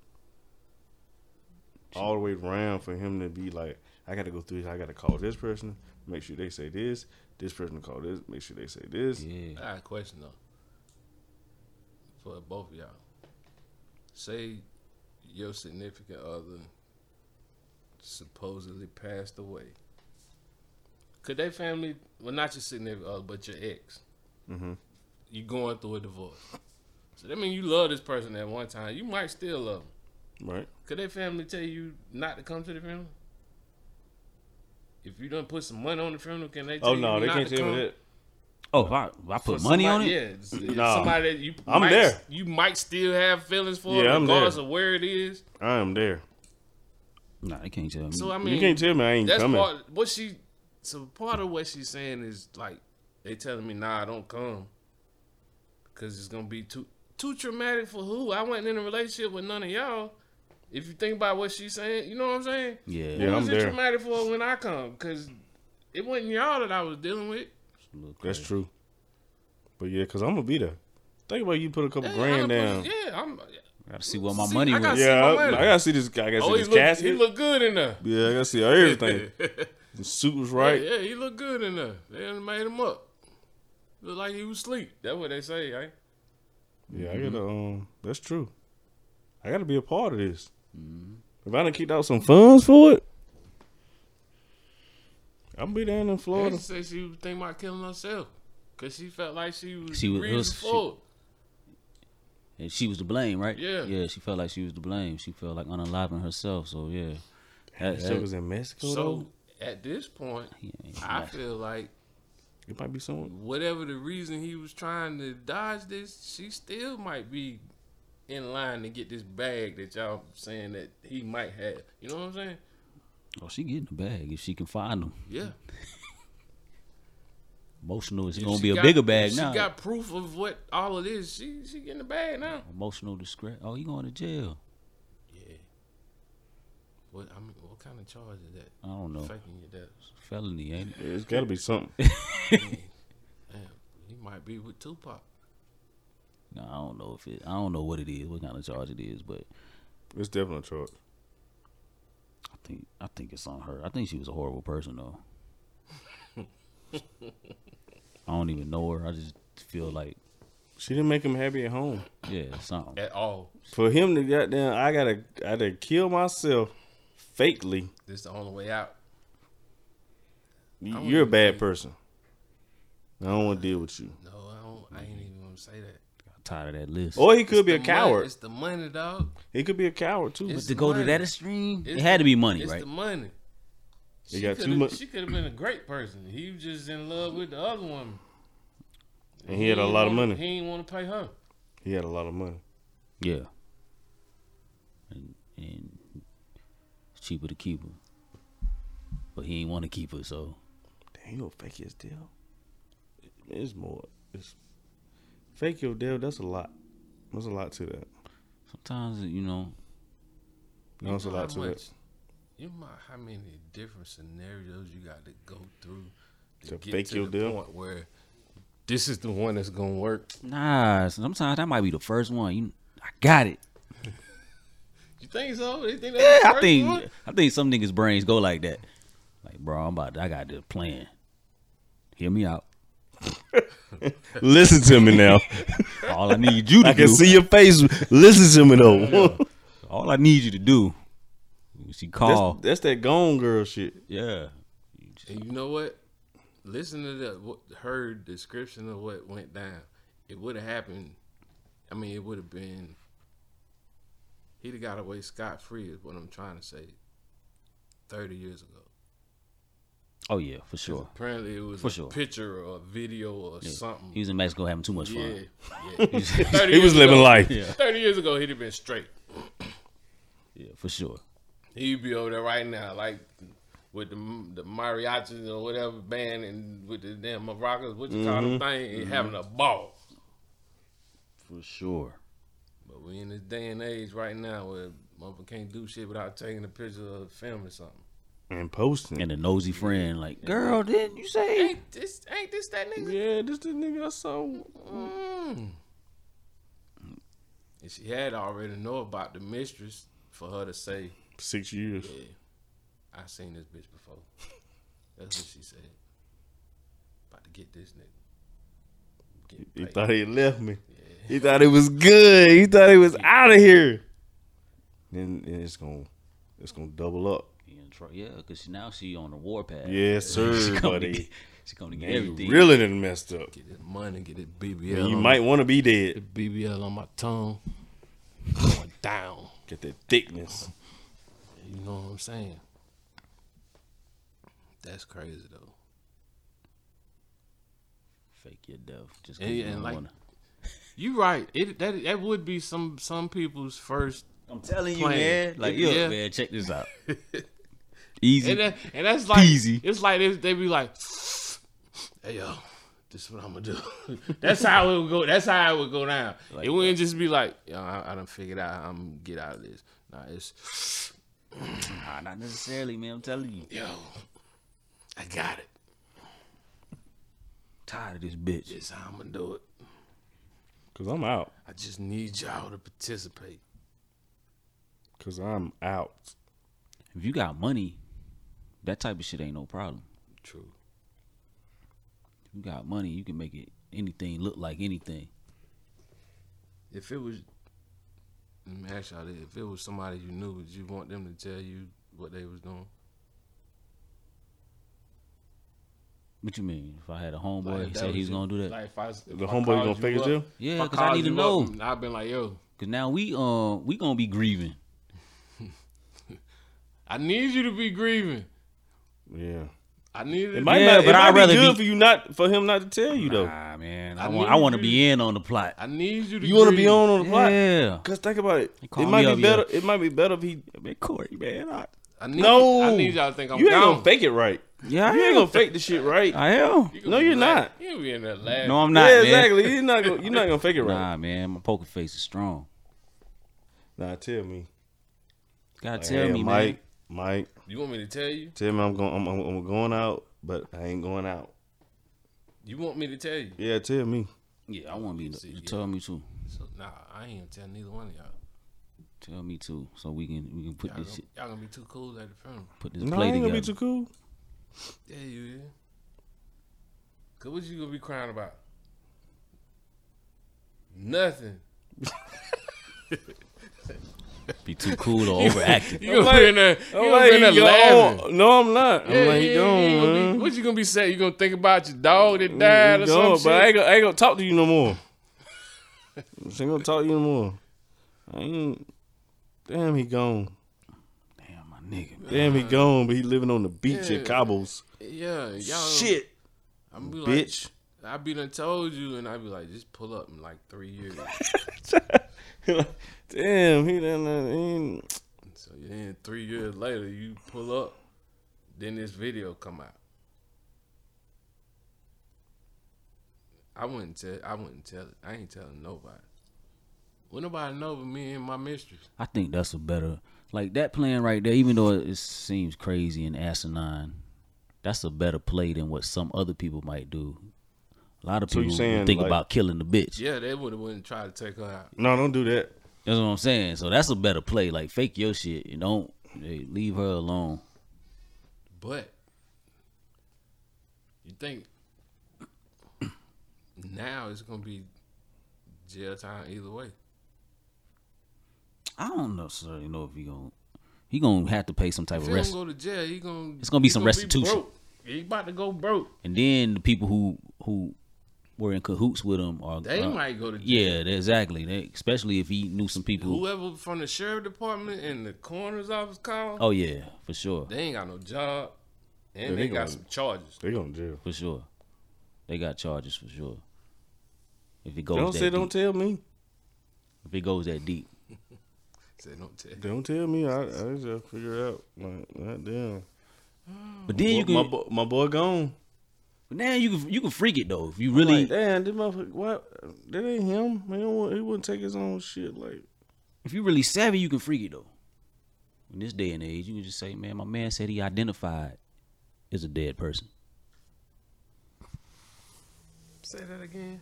Speaker 3: all the way around for him to be like, I gotta go through this, I gotta call this person, make sure they say this, this person call this, make sure they say this.
Speaker 1: yeah
Speaker 2: I got a question though. For both of y'all. Say your significant other supposedly passed away. Could they family well not your significant other, but your ex.
Speaker 1: Mm-hmm.
Speaker 2: You going through a divorce. So that means you love this person at one time. You might still love them.
Speaker 3: Right?
Speaker 2: Could their family tell you not to come to the funeral? If you done put some money on the funeral, can they tell
Speaker 3: Oh
Speaker 2: you
Speaker 3: no, they
Speaker 2: not
Speaker 3: can't
Speaker 2: to
Speaker 3: tell
Speaker 2: come?
Speaker 3: me that.
Speaker 1: oh if I, if I put
Speaker 2: For
Speaker 1: money on
Speaker 2: somebody-
Speaker 1: it
Speaker 2: Yeah, it's-
Speaker 3: Nah.
Speaker 2: somebody that you
Speaker 3: I'm
Speaker 2: might,
Speaker 3: there.
Speaker 2: You might still have feelings for,
Speaker 3: Yeah,
Speaker 2: yeah,
Speaker 3: I'm
Speaker 2: regardless
Speaker 3: there.
Speaker 2: of where it is.
Speaker 3: I am there.
Speaker 1: nah they can't tell me
Speaker 2: So I mean,
Speaker 3: you can't tell me I ain't
Speaker 2: that's
Speaker 3: coming.
Speaker 2: part. What she, so part of what she's saying is like they telling me, nah, I don't come, because it's gonna be too too traumatic for who? I wasn't in a relationship with none of y'all. If you think about what she's saying, you know what I'm saying.
Speaker 1: yeah,
Speaker 3: Yeah,
Speaker 2: Who
Speaker 3: I'm
Speaker 2: was it
Speaker 3: there.
Speaker 2: traumatic for when I come? Because it wasn't y'all that I was dealing with.
Speaker 1: it's a little
Speaker 3: That's
Speaker 1: crazy.
Speaker 3: true. But yeah, cause I'm gonna be there. Think about you put a couple
Speaker 2: Yeah, I
Speaker 3: grand
Speaker 2: done
Speaker 3: down.
Speaker 2: put- Yeah, I'm.
Speaker 1: gotta see where my
Speaker 2: See,
Speaker 1: money
Speaker 2: I got
Speaker 1: went
Speaker 2: s-
Speaker 3: Yeah,
Speaker 2: my
Speaker 3: I,
Speaker 2: money.
Speaker 3: I gotta see this. I gotta
Speaker 2: Oh,
Speaker 3: see
Speaker 2: he
Speaker 3: this
Speaker 2: look,
Speaker 3: casket.
Speaker 2: he look good in there.
Speaker 3: yeah, I gotta
Speaker 2: (laughs)
Speaker 3: see everything. the suit was right.
Speaker 2: Yeah, yeah, he look good in there. They done made him up. Look like he was asleep. That's what they say, right?
Speaker 3: Yeah, I gotta.
Speaker 2: Mm-hmm.
Speaker 3: Um, that's true. I gotta be a part of this.
Speaker 2: Mm-hmm.
Speaker 3: If I done kicked out some funds for it, I'll be down in
Speaker 2: She
Speaker 3: Florida.
Speaker 2: said she was thinking about killing herself because she felt like she was
Speaker 1: She
Speaker 2: she
Speaker 1: was-
Speaker 2: was,
Speaker 1: was- she- and she was to blame right
Speaker 2: Yeah.
Speaker 1: yeah she felt like she was to blame she felt like unaliving herself so yeah That-
Speaker 3: So it was in Mexico.
Speaker 2: So
Speaker 3: though?
Speaker 2: at this point,
Speaker 1: Yeah, it's
Speaker 2: I
Speaker 1: not-
Speaker 2: feel like
Speaker 3: it might
Speaker 2: (laughs)
Speaker 3: be somewhere.
Speaker 2: whatever the reason he was trying to dodge this, she still might be in line to get this bag that y'all saying that he might have. You know what I'm saying?
Speaker 1: Oh, she getting the bag if she can find them.
Speaker 2: Yeah.
Speaker 1: Emotional is
Speaker 2: If
Speaker 1: gonna
Speaker 2: she
Speaker 1: be a
Speaker 2: got-
Speaker 1: bigger
Speaker 2: if
Speaker 1: bag
Speaker 2: she
Speaker 1: now.
Speaker 2: got proof of what all it is. She she getting the bag now.
Speaker 1: Emotional distress. Oh, you going to jail?
Speaker 2: Yeah. What I mean, what kind of charge is that?
Speaker 1: I don't know.
Speaker 2: Faking your deaths.
Speaker 1: Felony, ain't it?
Speaker 3: It's got to be something.
Speaker 2: Damn, he might be with Tupac.
Speaker 1: No, I don't know if it. I don't know what it is. What kind of charge it is, but
Speaker 3: It's definitely a charge.
Speaker 1: I think I think it's on her. I think she was a horrible person though. I don't even know her. I just feel like
Speaker 3: She didn't make him happy at home.
Speaker 1: yeah, something.
Speaker 2: At all.
Speaker 3: For him to goddamn, I gotta, I gotta kill myself, fakely.
Speaker 2: This the only way out.
Speaker 3: You-
Speaker 2: wouldn't
Speaker 3: You're a
Speaker 2: even
Speaker 3: bad
Speaker 2: say-
Speaker 3: person. I don't want to deal with you.
Speaker 2: No, I don't I ain't even gonna say that.
Speaker 1: I'm tired of that list.
Speaker 3: Or he could
Speaker 2: It's
Speaker 3: be
Speaker 2: the
Speaker 3: a
Speaker 2: mon-
Speaker 3: coward.
Speaker 2: it's the money, dog.
Speaker 3: He could be a coward too.
Speaker 1: but
Speaker 2: It's-
Speaker 1: to go to
Speaker 2: money.
Speaker 1: that extreme,
Speaker 2: It's
Speaker 1: it had to
Speaker 2: the-
Speaker 1: be money,
Speaker 2: it's
Speaker 1: right?
Speaker 2: the money.
Speaker 3: He
Speaker 2: She
Speaker 3: got
Speaker 2: coulda-
Speaker 3: too much-
Speaker 2: She could have been a great person. He was just in love with the other woman.
Speaker 3: and he had a
Speaker 2: ain't
Speaker 3: lot of
Speaker 2: wanna-
Speaker 3: money.
Speaker 2: He didn't want to pay her.
Speaker 3: He had a lot of money.
Speaker 1: yeah. And and it's cheaper to keep her, but he ain't want to keep her, so
Speaker 3: Damn, you gonna fake his deal? It's more. It's fake your deal. That's a lot. There's a lot to that.
Speaker 1: sometimes you know.
Speaker 3: No, it's a
Speaker 2: know
Speaker 3: lot
Speaker 2: how
Speaker 3: to
Speaker 2: much-
Speaker 3: that. (laughs)
Speaker 2: You know how many different scenarios you got to go through
Speaker 3: To fake
Speaker 2: to
Speaker 3: your
Speaker 2: the
Speaker 3: deal?
Speaker 2: point where this is the one that's gonna work.
Speaker 1: Nah, sometimes that might be the first one. You, I got it.
Speaker 2: You think so? You think
Speaker 1: Yeah,
Speaker 2: that's the
Speaker 1: I
Speaker 2: first
Speaker 1: think
Speaker 2: one?
Speaker 1: I think some niggas' brains go like that. Like, bro, I'm about. To, I got this plan. Hear me out.
Speaker 3: Listen to me now.
Speaker 1: All I need you to
Speaker 3: (laughs) I
Speaker 1: do.
Speaker 3: can see your face. Listen to me (laughs) though.
Speaker 1: All I need you to do. She
Speaker 3: that's,
Speaker 1: called.
Speaker 3: that's that gone girl shit.
Speaker 1: Yeah.
Speaker 2: And you know what? Listen to the, what, her description of what went down. It would have happened. I mean, it would have been. He'd have got away scot free, is what I'm trying to say. Thirty years ago.
Speaker 1: Oh yeah, for sure.
Speaker 2: Apparently, it was
Speaker 1: For
Speaker 2: a
Speaker 1: sure.
Speaker 2: picture or a video or something.
Speaker 1: He was in Mexico having too much
Speaker 2: yeah,
Speaker 1: fun.
Speaker 3: (laughs)
Speaker 2: yeah. 30
Speaker 3: He was
Speaker 2: years
Speaker 3: living
Speaker 2: ago-
Speaker 3: life.
Speaker 2: Thirty years ago, he'd have been straight.
Speaker 1: Yeah, for sure.
Speaker 2: He'd be over there right now, like with the the mariachis or whatever band, and with the damn maracas, what you call them
Speaker 3: Mm-hmm.
Speaker 2: thing, and having a ball.
Speaker 1: For sure.
Speaker 2: But we in this day and age right now where mother can't do shit without taking a picture of film or something.
Speaker 3: And posting.
Speaker 1: And a nosy friend, like, girl, didn't you say?
Speaker 2: Ain't this ain't this that nigga?
Speaker 3: yeah, this the nigga I saw.
Speaker 2: Mm. And she had already know about the mistress for her to say,
Speaker 3: Six years.
Speaker 2: "Yeah, I seen this bitch before." (laughs) That's what she said. About to get this nigga. Get
Speaker 3: He
Speaker 2: paid.
Speaker 3: thought he left me. He thought it was good. He thought it was out of here. Then and it's gonna it's gonna double up.
Speaker 1: He in tr- Yeah, because now she on the warpath.
Speaker 3: Yes,
Speaker 1: (laughs) she
Speaker 3: sir,
Speaker 1: come to get,
Speaker 3: buddy.
Speaker 1: she come to get
Speaker 3: Man, you
Speaker 1: everything.
Speaker 3: really done messed up.
Speaker 2: Get this money, get this BBL.
Speaker 3: And you
Speaker 2: on-
Speaker 3: might want to be dead.
Speaker 2: get BBL on my tongue. Going down.
Speaker 3: Get that thickness.
Speaker 2: You know what I'm saying? That's crazy though.
Speaker 1: Fake your death. Just 'cause
Speaker 2: And,
Speaker 1: you
Speaker 2: and
Speaker 1: don't
Speaker 2: like,
Speaker 1: wanna-
Speaker 2: you right. It that that would be some some people's first,
Speaker 1: I'm telling you,
Speaker 2: playing.
Speaker 1: man. Like,
Speaker 2: Yeah.
Speaker 1: yeah, man, check this out. (clears throat) Easy.
Speaker 2: and that, and that's like
Speaker 1: Peasy.
Speaker 2: it's like they, they be like, (laughs) hey yo, this is what I'm gonna do. (laughs) that's how it would go. That's how it would go down.
Speaker 1: Like
Speaker 2: it wouldn't just be like, yo, I, I done figured out how I'm gonna get out of this. Nah, it's (sighs)
Speaker 1: Nah, not necessarily, man. I'm telling you.
Speaker 2: yo, I got it.
Speaker 1: Tired of this bitch.
Speaker 2: This is how I'm gonna do it.
Speaker 3: Cause I'm out.
Speaker 2: I just need y'all to participate.
Speaker 3: Cause I'm out.
Speaker 1: If you got money, that type of shit ain't no problem.
Speaker 2: True.
Speaker 1: If you got money, you can make it anything look like anything.
Speaker 2: if it was let me ask y'all this, if it was somebody you knew, would you want them to tell you what they was doing?
Speaker 1: What you mean? If I had a homeboy,
Speaker 2: Like,
Speaker 1: he
Speaker 2: that
Speaker 1: said he was
Speaker 2: it.
Speaker 1: gonna do that.
Speaker 2: Like if I was- if
Speaker 3: The
Speaker 2: I
Speaker 3: homeboy you
Speaker 2: called
Speaker 3: gonna fake his
Speaker 2: up-
Speaker 3: deal?
Speaker 1: Yeah,
Speaker 2: if I
Speaker 1: 'cause I
Speaker 2: called
Speaker 1: need to
Speaker 2: you
Speaker 1: know.
Speaker 2: up, I've been like, yo,
Speaker 1: Cause now we um we gonna be grieving.
Speaker 2: I need you to be grieving.
Speaker 3: Yeah.
Speaker 2: I need
Speaker 3: It
Speaker 2: it.
Speaker 3: might
Speaker 1: Yeah,
Speaker 3: not,
Speaker 1: but
Speaker 3: it might
Speaker 1: I'd rather
Speaker 3: be good
Speaker 1: be-
Speaker 3: for you not for him not to tell you though.
Speaker 1: Nah, man,
Speaker 2: I
Speaker 1: I want I
Speaker 2: need
Speaker 1: want to
Speaker 2: you-
Speaker 1: be in on the plot.
Speaker 2: I need you to.
Speaker 3: You want to be
Speaker 2: grieve.
Speaker 3: on on the plot?
Speaker 1: Yeah,
Speaker 3: Cause think about it.
Speaker 1: He
Speaker 3: It
Speaker 1: called
Speaker 3: might
Speaker 1: me
Speaker 3: be
Speaker 1: up,
Speaker 3: better. It might be better if he. Man, Corey, man, I,
Speaker 2: I need,
Speaker 3: No,
Speaker 2: I need y'all to think I'm
Speaker 3: You ain't
Speaker 2: gone.
Speaker 3: gonna fake it right.
Speaker 1: Yeah, I
Speaker 3: You ain't
Speaker 1: am.
Speaker 3: gonna fake the shit right.
Speaker 1: I am.
Speaker 2: You gonna
Speaker 3: No,
Speaker 2: be
Speaker 3: you're
Speaker 2: laugh-
Speaker 3: not.
Speaker 2: You gonna be in there laughing.
Speaker 1: No, I'm not.
Speaker 3: yeah,
Speaker 1: man.
Speaker 3: exactly. You're not gonna, you're not gonna fake it right.
Speaker 1: Nah, man, my poker face is strong.
Speaker 3: Nah, tell me.
Speaker 1: Gotta
Speaker 3: Like,
Speaker 1: tell
Speaker 3: hey,
Speaker 1: me, man.
Speaker 3: Mike. Mike,
Speaker 2: You want me to tell you?
Speaker 3: tell me I'm going. I'm, I'm, I'm going out, but I ain't going out.
Speaker 2: You want me to tell you?
Speaker 3: Yeah, tell me.
Speaker 1: Yeah, I want to be.
Speaker 2: See,
Speaker 1: You
Speaker 2: yeah.
Speaker 1: tell me too.
Speaker 2: So, nah, I ain't even telling neither one of y'all.
Speaker 1: Tell me too, so we can we can put
Speaker 2: Y'all
Speaker 1: this
Speaker 2: gonna,
Speaker 1: shit,
Speaker 2: y'all gonna be too cool at the funeral.
Speaker 1: put this
Speaker 3: No, I
Speaker 1: play
Speaker 3: ain't gonna
Speaker 1: together.
Speaker 3: be too cool.
Speaker 2: Yeah, you is. Cause what you gonna be crying about? Nothing.
Speaker 1: be too cool
Speaker 3: (laughs)
Speaker 1: or overacting.
Speaker 2: You gonna be in there, you
Speaker 3: I'm
Speaker 2: gonna be in there
Speaker 3: like,
Speaker 2: laughing.
Speaker 3: yo, oh, no, I'm not. I'm
Speaker 2: Yeah,
Speaker 3: like,
Speaker 2: yeah, yeah,
Speaker 3: you
Speaker 2: you gonna be-
Speaker 3: going, man?
Speaker 2: What you gonna be saying? You gonna think about your dog that
Speaker 3: You
Speaker 2: died or
Speaker 3: gone,
Speaker 2: something?
Speaker 3: but I ain't, gonna, I ain't gonna talk to you no more. I ain't gonna talk to you no more. I ain't. Damn, he gone.
Speaker 1: Damn, my nigga. Man.
Speaker 3: Damn, he gone. But he living on the beach
Speaker 2: Yeah.
Speaker 3: at Cobbles.
Speaker 2: Yeah, y'all.
Speaker 3: Shit,
Speaker 2: I'm be like,
Speaker 3: bitch.
Speaker 2: I be done told you, and I be like, just pull up in like three years.
Speaker 3: (laughs) Damn, he done. done- he ain't-
Speaker 2: so then three years later, you pull up, then this video come out. I wouldn't tell. I wouldn't tell. it. I ain't telling nobody. Would nobody know but me and my mistress?
Speaker 1: I think that's a better like that plan right there. Even though it seems crazy and asinine, that's a better play than what some other people might do. A lot of
Speaker 3: So you
Speaker 1: people
Speaker 3: saying,
Speaker 1: think
Speaker 3: like-
Speaker 1: about killing the bitch.
Speaker 2: Yeah, they would have wouldn't try to take her out.
Speaker 3: No, don't do that.
Speaker 1: That's what I'm saying. So that's a better play. Like fake your shit and don't hey, leave her alone.
Speaker 2: But you think now it's gonna be jail time either way?
Speaker 1: I don't necessarily know if he gonna he gonna have to pay some type
Speaker 2: If
Speaker 1: of
Speaker 2: he don't
Speaker 1: rest.
Speaker 2: go to jail, he gonna
Speaker 1: It's gonna be
Speaker 2: he
Speaker 1: some restitution.
Speaker 2: broke. He about to go broke.
Speaker 1: And then the people who who were in cahoots with him are
Speaker 2: They
Speaker 1: are-
Speaker 2: might go to
Speaker 1: Uh,
Speaker 2: jail.
Speaker 1: Yeah, they- exactly. They, especially if he knew some people.
Speaker 2: Whoever from the sheriff department and the coroner's office called,
Speaker 1: Oh yeah, for sure,
Speaker 2: they ain't got no job, and they,
Speaker 3: Yeah, they
Speaker 2: got
Speaker 3: gonna-
Speaker 2: some charges.
Speaker 3: They going to jail.
Speaker 1: for sure. They got charges for sure. If it goes
Speaker 3: Don't
Speaker 1: that
Speaker 3: say,
Speaker 1: deep,
Speaker 3: don't tell me.
Speaker 1: if it goes that deep,
Speaker 2: So they don't tell.
Speaker 3: Don't tell me. I, I just figure it out. Like, God damn.
Speaker 1: but
Speaker 2: Mm-hmm.
Speaker 1: then you can.
Speaker 3: my, bo- my boy gone.
Speaker 1: but now you can you can freak it though. If you really,
Speaker 3: Like, damn, this motherfucker. What? That ain't him. He, don't, want- he wouldn't take his own shit. Like,
Speaker 1: if you really savvy, you can freak it though. In this day and age, you can just say, "Man, my man said he identified as a dead person."
Speaker 2: Say that again.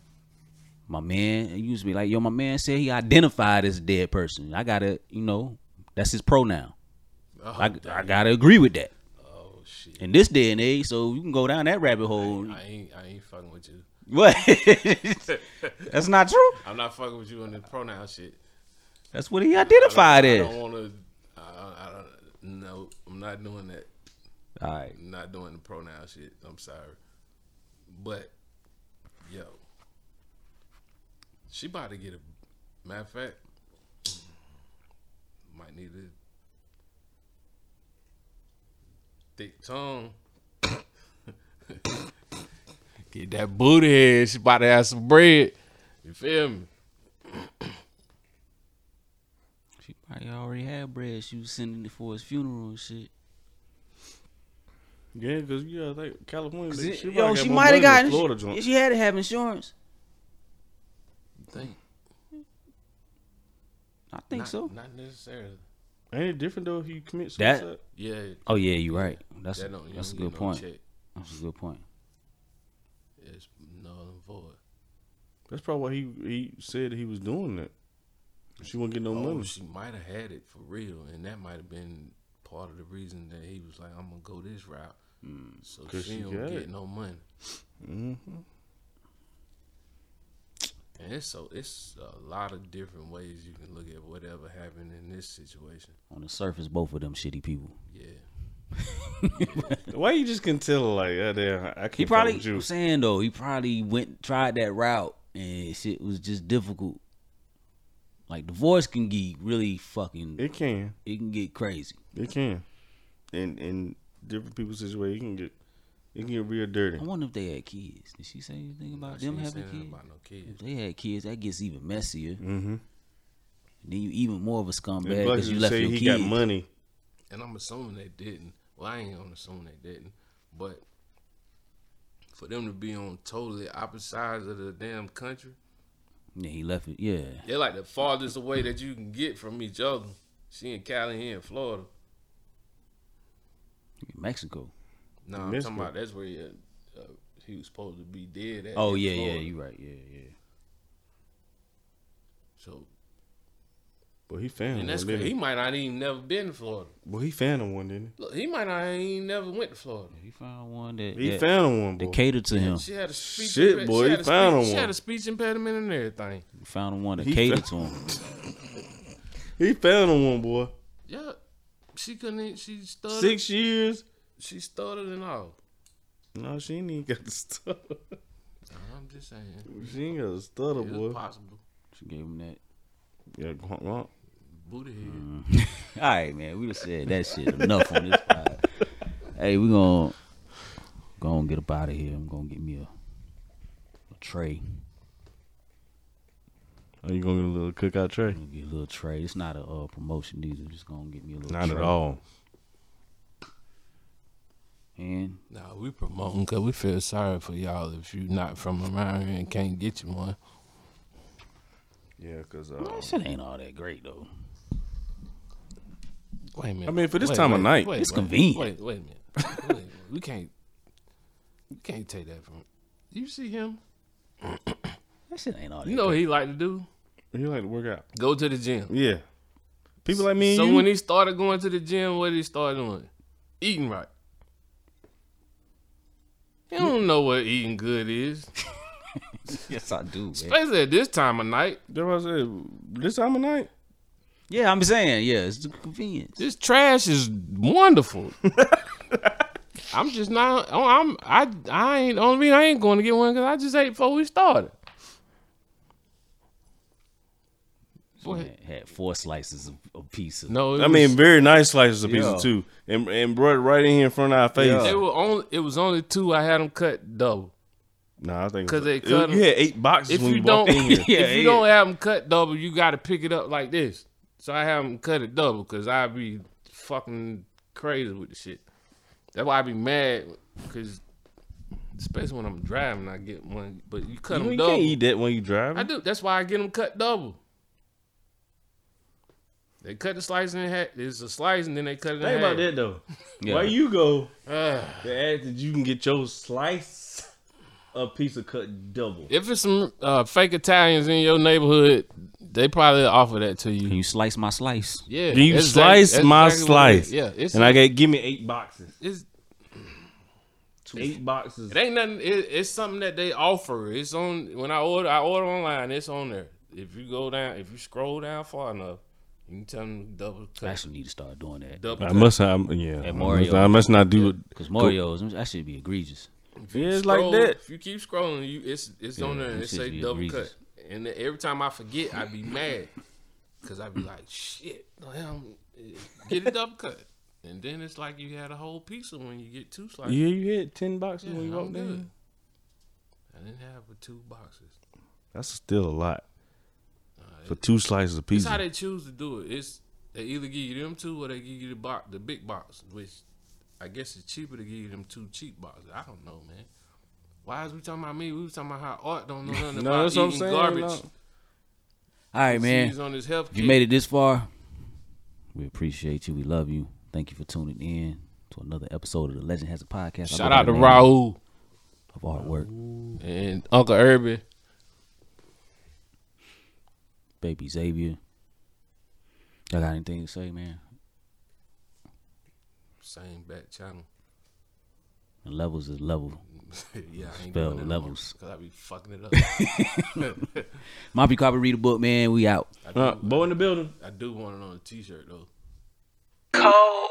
Speaker 1: My man, it used to be like, "Yo, my man said he identified as a dead person." I gotta, you know, that's his pronoun.
Speaker 2: Oh,
Speaker 1: I, I
Speaker 2: damn.
Speaker 1: gotta agree with that.
Speaker 2: oh shit.
Speaker 1: in this day and age, so you can go down that rabbit hole.
Speaker 2: I ain't. I ain't fucking with you.
Speaker 1: (laughs) What? (laughs) That's not true.
Speaker 2: I'm not fucking with you on the pronoun shit.
Speaker 1: That's what he identified
Speaker 2: I
Speaker 1: as.
Speaker 2: don't want to. I, I don't. No, I'm not doing that.
Speaker 1: All right.
Speaker 2: I'm not doing the pronoun shit. I'm sorry, but yo, she about to get a. Matter of fact, might need a thick tongue. (coughs) get that booty head. She about to have some bread. You feel me?
Speaker 1: She probably already had bread. She was sending it for his funeral and shit.
Speaker 3: yeah, because you gotta think California. Like, she
Speaker 1: Yo,
Speaker 3: probably
Speaker 1: she
Speaker 3: got more
Speaker 1: might have
Speaker 3: money than
Speaker 1: gotten.
Speaker 3: Florida
Speaker 1: she-
Speaker 3: joint.
Speaker 1: she had to have insurance.
Speaker 2: Think.
Speaker 1: I think
Speaker 2: Not-
Speaker 1: so.
Speaker 2: Not necessarily.
Speaker 3: Ain't it different though if you commit
Speaker 1: That-
Speaker 3: suicide?
Speaker 2: Yeah.
Speaker 1: Oh yeah, you're right. That's
Speaker 2: that don't, you
Speaker 1: that's a
Speaker 2: don't
Speaker 1: good
Speaker 2: get no
Speaker 1: point.
Speaker 2: check.
Speaker 1: That's a good point.
Speaker 2: It's null and void.
Speaker 3: That's probably why he he said he was doing that. She wouldn't get no
Speaker 2: Oh,
Speaker 3: money.
Speaker 2: she might have had it for real, and that might have been part of the reason that he was like, "I'm gonna go this route,"
Speaker 1: Hmm.
Speaker 2: so
Speaker 3: 'Cause
Speaker 2: she
Speaker 3: she
Speaker 2: don't
Speaker 3: got
Speaker 2: get
Speaker 3: it.
Speaker 2: no money.
Speaker 3: hmm
Speaker 2: And it's so it's a lot of different ways you can look at whatever happened in this situation.
Speaker 1: On the surface, both of them shitty people.
Speaker 2: Yeah,
Speaker 3: Why you just can tell her, like, oh, damn, I can't
Speaker 1: He
Speaker 3: fuck
Speaker 1: probably.
Speaker 3: with you.
Speaker 1: I'm saying though, he probably went tried that route and shit was just difficult. Like divorce can get really fucking.
Speaker 3: It can,
Speaker 1: it can get crazy.
Speaker 3: it can, and in different people's situation, it can get it can get real dirty.
Speaker 1: I wonder if they had kids. Did she say anything about
Speaker 2: She
Speaker 1: them
Speaker 2: ain't
Speaker 1: having
Speaker 2: saying
Speaker 1: kids?
Speaker 2: about no
Speaker 1: If
Speaker 2: kids.
Speaker 1: they had kids, that gets even messier.
Speaker 3: Mm-hmm.
Speaker 1: And then you even more of a scumbag
Speaker 3: Plus,
Speaker 1: because you
Speaker 3: you
Speaker 1: left
Speaker 3: say
Speaker 1: your
Speaker 3: he
Speaker 1: kids.
Speaker 3: got money.
Speaker 2: and I'm assuming they didn't. Well, I ain't gonna assume they didn't, but for them to be on totally opposite sides of the damn country,
Speaker 1: Yeah, he left it. Yeah.
Speaker 2: they're like the farthest away that you can get from each other. She in Cali, he in Florida.
Speaker 1: Mexico.
Speaker 2: No, I'm
Speaker 3: Mexico.
Speaker 2: talking about that's where he, uh, uh, he was supposed to be dead. At,
Speaker 1: Oh
Speaker 2: in
Speaker 1: yeah, yeah,
Speaker 2: Florida.
Speaker 1: you right. Yeah, yeah.
Speaker 2: So
Speaker 3: But he found
Speaker 2: and that's
Speaker 3: one. didn't
Speaker 2: crazy. He
Speaker 3: he?
Speaker 2: might not even never been to Florida.
Speaker 3: Well, he found him one, didn't
Speaker 2: Look, he might not even never went to Florida.
Speaker 1: He found one that
Speaker 3: he? He
Speaker 1: that,
Speaker 3: found him one,
Speaker 1: that
Speaker 3: boy.
Speaker 1: catered to him.
Speaker 2: She had a speech.
Speaker 3: Shit,
Speaker 2: imped- she
Speaker 3: boy, he
Speaker 2: had a
Speaker 3: found
Speaker 2: speech,
Speaker 3: him
Speaker 2: She
Speaker 3: one.
Speaker 2: had a speech impediment and everything.
Speaker 1: Found one that
Speaker 3: He
Speaker 1: catered to
Speaker 3: found-
Speaker 1: him.
Speaker 3: He found him one, boy.
Speaker 2: Yeah, she couldn't. e- She stuttered.
Speaker 3: Six years.
Speaker 2: She stuttered and all.
Speaker 3: No, she ain't even got the stutter. (laughs)
Speaker 2: I'm just saying,
Speaker 3: She ain't got the stutter,
Speaker 2: it's
Speaker 3: boy.
Speaker 2: possible.
Speaker 1: She gave him that.
Speaker 3: Yeah, grump, grump.
Speaker 2: Booty head.
Speaker 3: Mm.
Speaker 1: All right, man. We done said that shit enough on this pod. Hey, we gonna go and get up out of here. I'm gonna get me a, a tray.
Speaker 3: Are you gonna get a little cookout tray?
Speaker 1: I'm gonna get a little tray. It's not a uh, promotion either. I'm just gonna get me a little.
Speaker 3: Not
Speaker 1: tray.
Speaker 3: at all.
Speaker 1: And
Speaker 2: Nah, we promoting because we feel sorry for y'all if you not from around here and can't get you one.
Speaker 3: Yeah, cause uh,
Speaker 1: that shit ain't all that great though.
Speaker 2: Wait a minute.
Speaker 3: I mean, for this
Speaker 2: Wait,
Speaker 3: time of
Speaker 2: wait,
Speaker 3: night,
Speaker 2: wait,
Speaker 1: it's
Speaker 2: wait,
Speaker 1: convenient.
Speaker 2: Wait, wait a minute. (laughs) Wait, wait, we can't. We can't take that from. You see him?
Speaker 1: That shit ain't all that.
Speaker 2: You know what
Speaker 1: great.
Speaker 2: he like to do?
Speaker 3: you like to work out?
Speaker 2: Go to the gym.
Speaker 3: Yeah. People like me and
Speaker 2: so
Speaker 3: you.
Speaker 2: when he started going to the gym, what did he start doing? Eating right. You don't know what eating good
Speaker 3: (laughs)
Speaker 2: is,
Speaker 1: yes, I do. Man.
Speaker 2: especially at this time of night.
Speaker 3: That's what I said. This time of night.
Speaker 1: Yeah, I'm saying. Yeah, it's the convenience.
Speaker 2: This trash is
Speaker 3: (laughs)
Speaker 2: wonderful. I'm just not. oh, I'm. I. I ain't. Only reason I ain't going to get one because I just ate before we started. Boy,
Speaker 1: Had, had four slices of, of pizza.
Speaker 2: no. it
Speaker 3: I
Speaker 2: was-
Speaker 3: mean, very nice slices of pizza
Speaker 1: Yeah.
Speaker 3: too, and and brought it right in here in front of our face.
Speaker 1: Yeah.
Speaker 2: they were only. It was only two. I had them cut double.
Speaker 3: Nah, I think
Speaker 2: 'Cause they
Speaker 3: it-
Speaker 2: cut
Speaker 3: you had eight boxes
Speaker 2: if
Speaker 3: when
Speaker 2: you
Speaker 3: you walked
Speaker 2: don't (laughs)
Speaker 3: in (laughs) here.
Speaker 1: Yeah,
Speaker 2: if you
Speaker 1: yeah.
Speaker 2: don't have them cut double, you got to pick it up like this. So I have them cut it double because I be fucking crazy with the shit. That's why I be mad because especially when I'm driving, I get one. But you cut
Speaker 3: You,
Speaker 2: them
Speaker 3: you
Speaker 2: double.
Speaker 3: can't eat that when you
Speaker 2: I
Speaker 3: driving.
Speaker 2: do. That's why I get them cut double. They cut the slice in half. There's a slice and then they cut it in half.
Speaker 3: though.
Speaker 1: Yeah.
Speaker 2: (sighs)
Speaker 3: you go?
Speaker 2: Ugh.
Speaker 3: The ad that you can get your slice of pizza cut double.
Speaker 2: if it's some uh, fake Italians in your neighborhood, they probably offer that to you.
Speaker 1: Can you slice my slice?
Speaker 2: Yeah.
Speaker 3: Do you
Speaker 2: that's
Speaker 3: slice
Speaker 2: that's
Speaker 3: my
Speaker 2: exactly what it is.
Speaker 3: slice?
Speaker 2: Yeah. It's,
Speaker 3: And I get give me eight boxes.
Speaker 2: it's
Speaker 3: Eight boxes.
Speaker 2: it ain't nothing. It, it's something that they offer. It's on when I order. I order online. It's on there. If you go down, if you scroll down far enough, you can tell them double
Speaker 1: I
Speaker 2: cut.
Speaker 1: actually need to start doing that.
Speaker 2: Double
Speaker 3: I
Speaker 2: cut.
Speaker 3: must have, yeah. I must,
Speaker 1: Mario.
Speaker 3: I must not do it.
Speaker 1: Cause Mario's that should be egregious.
Speaker 3: Yeah, it's
Speaker 2: Scroll-
Speaker 3: like that.
Speaker 2: If you keep scrolling, you it's it's on there. and
Speaker 1: them
Speaker 2: It
Speaker 1: shits
Speaker 2: say
Speaker 1: be
Speaker 2: double
Speaker 1: egregious.
Speaker 2: cut. And then every time I forget, I be mad because I be like, shit, damn, get it double cut. And then it's like you had a whole pizza when you get two slices.
Speaker 3: Yeah, you hit ten boxes
Speaker 2: Yeah,
Speaker 3: when you
Speaker 2: I'm
Speaker 3: walked in.
Speaker 2: good.
Speaker 3: here.
Speaker 2: I didn't have but two boxes.
Speaker 3: That's still a lot for two slices of
Speaker 2: It's how
Speaker 3: pizza.
Speaker 2: they choose to do it. It's they either give you them two or they give you the box, the big box, which I guess it's cheaper to give you them two cheap boxes. I don't know, man. Why is we talking about me? We was talking about how Art don't know (laughs) nothing
Speaker 3: No,
Speaker 2: about
Speaker 3: that's what I'm
Speaker 2: eating
Speaker 3: saying,
Speaker 2: garbage.
Speaker 3: no.
Speaker 1: All right, man.
Speaker 2: He's on his health.
Speaker 1: If you made it this far, we appreciate you. We love you. Thank you for tuning in to another episode of the Legend Has a Podcast. I
Speaker 2: Shout
Speaker 1: go by
Speaker 2: out to
Speaker 1: the name
Speaker 2: Raul
Speaker 1: Of artwork,
Speaker 2: and Uncle Irby.
Speaker 1: baby Xavier. Y'all got anything to say, man?
Speaker 2: Same back channel. (laughs)
Speaker 1: And levels is level.
Speaker 2: yeah, I ain't
Speaker 1: Spell
Speaker 2: doing
Speaker 1: levels.
Speaker 2: because I be fucking it up.
Speaker 1: (laughs) Moppy Copper, read a book, man. We out.
Speaker 2: (laughs) I do,
Speaker 3: Uh, bow in the building.
Speaker 2: I do want it on a t-shirt though.
Speaker 5: cold.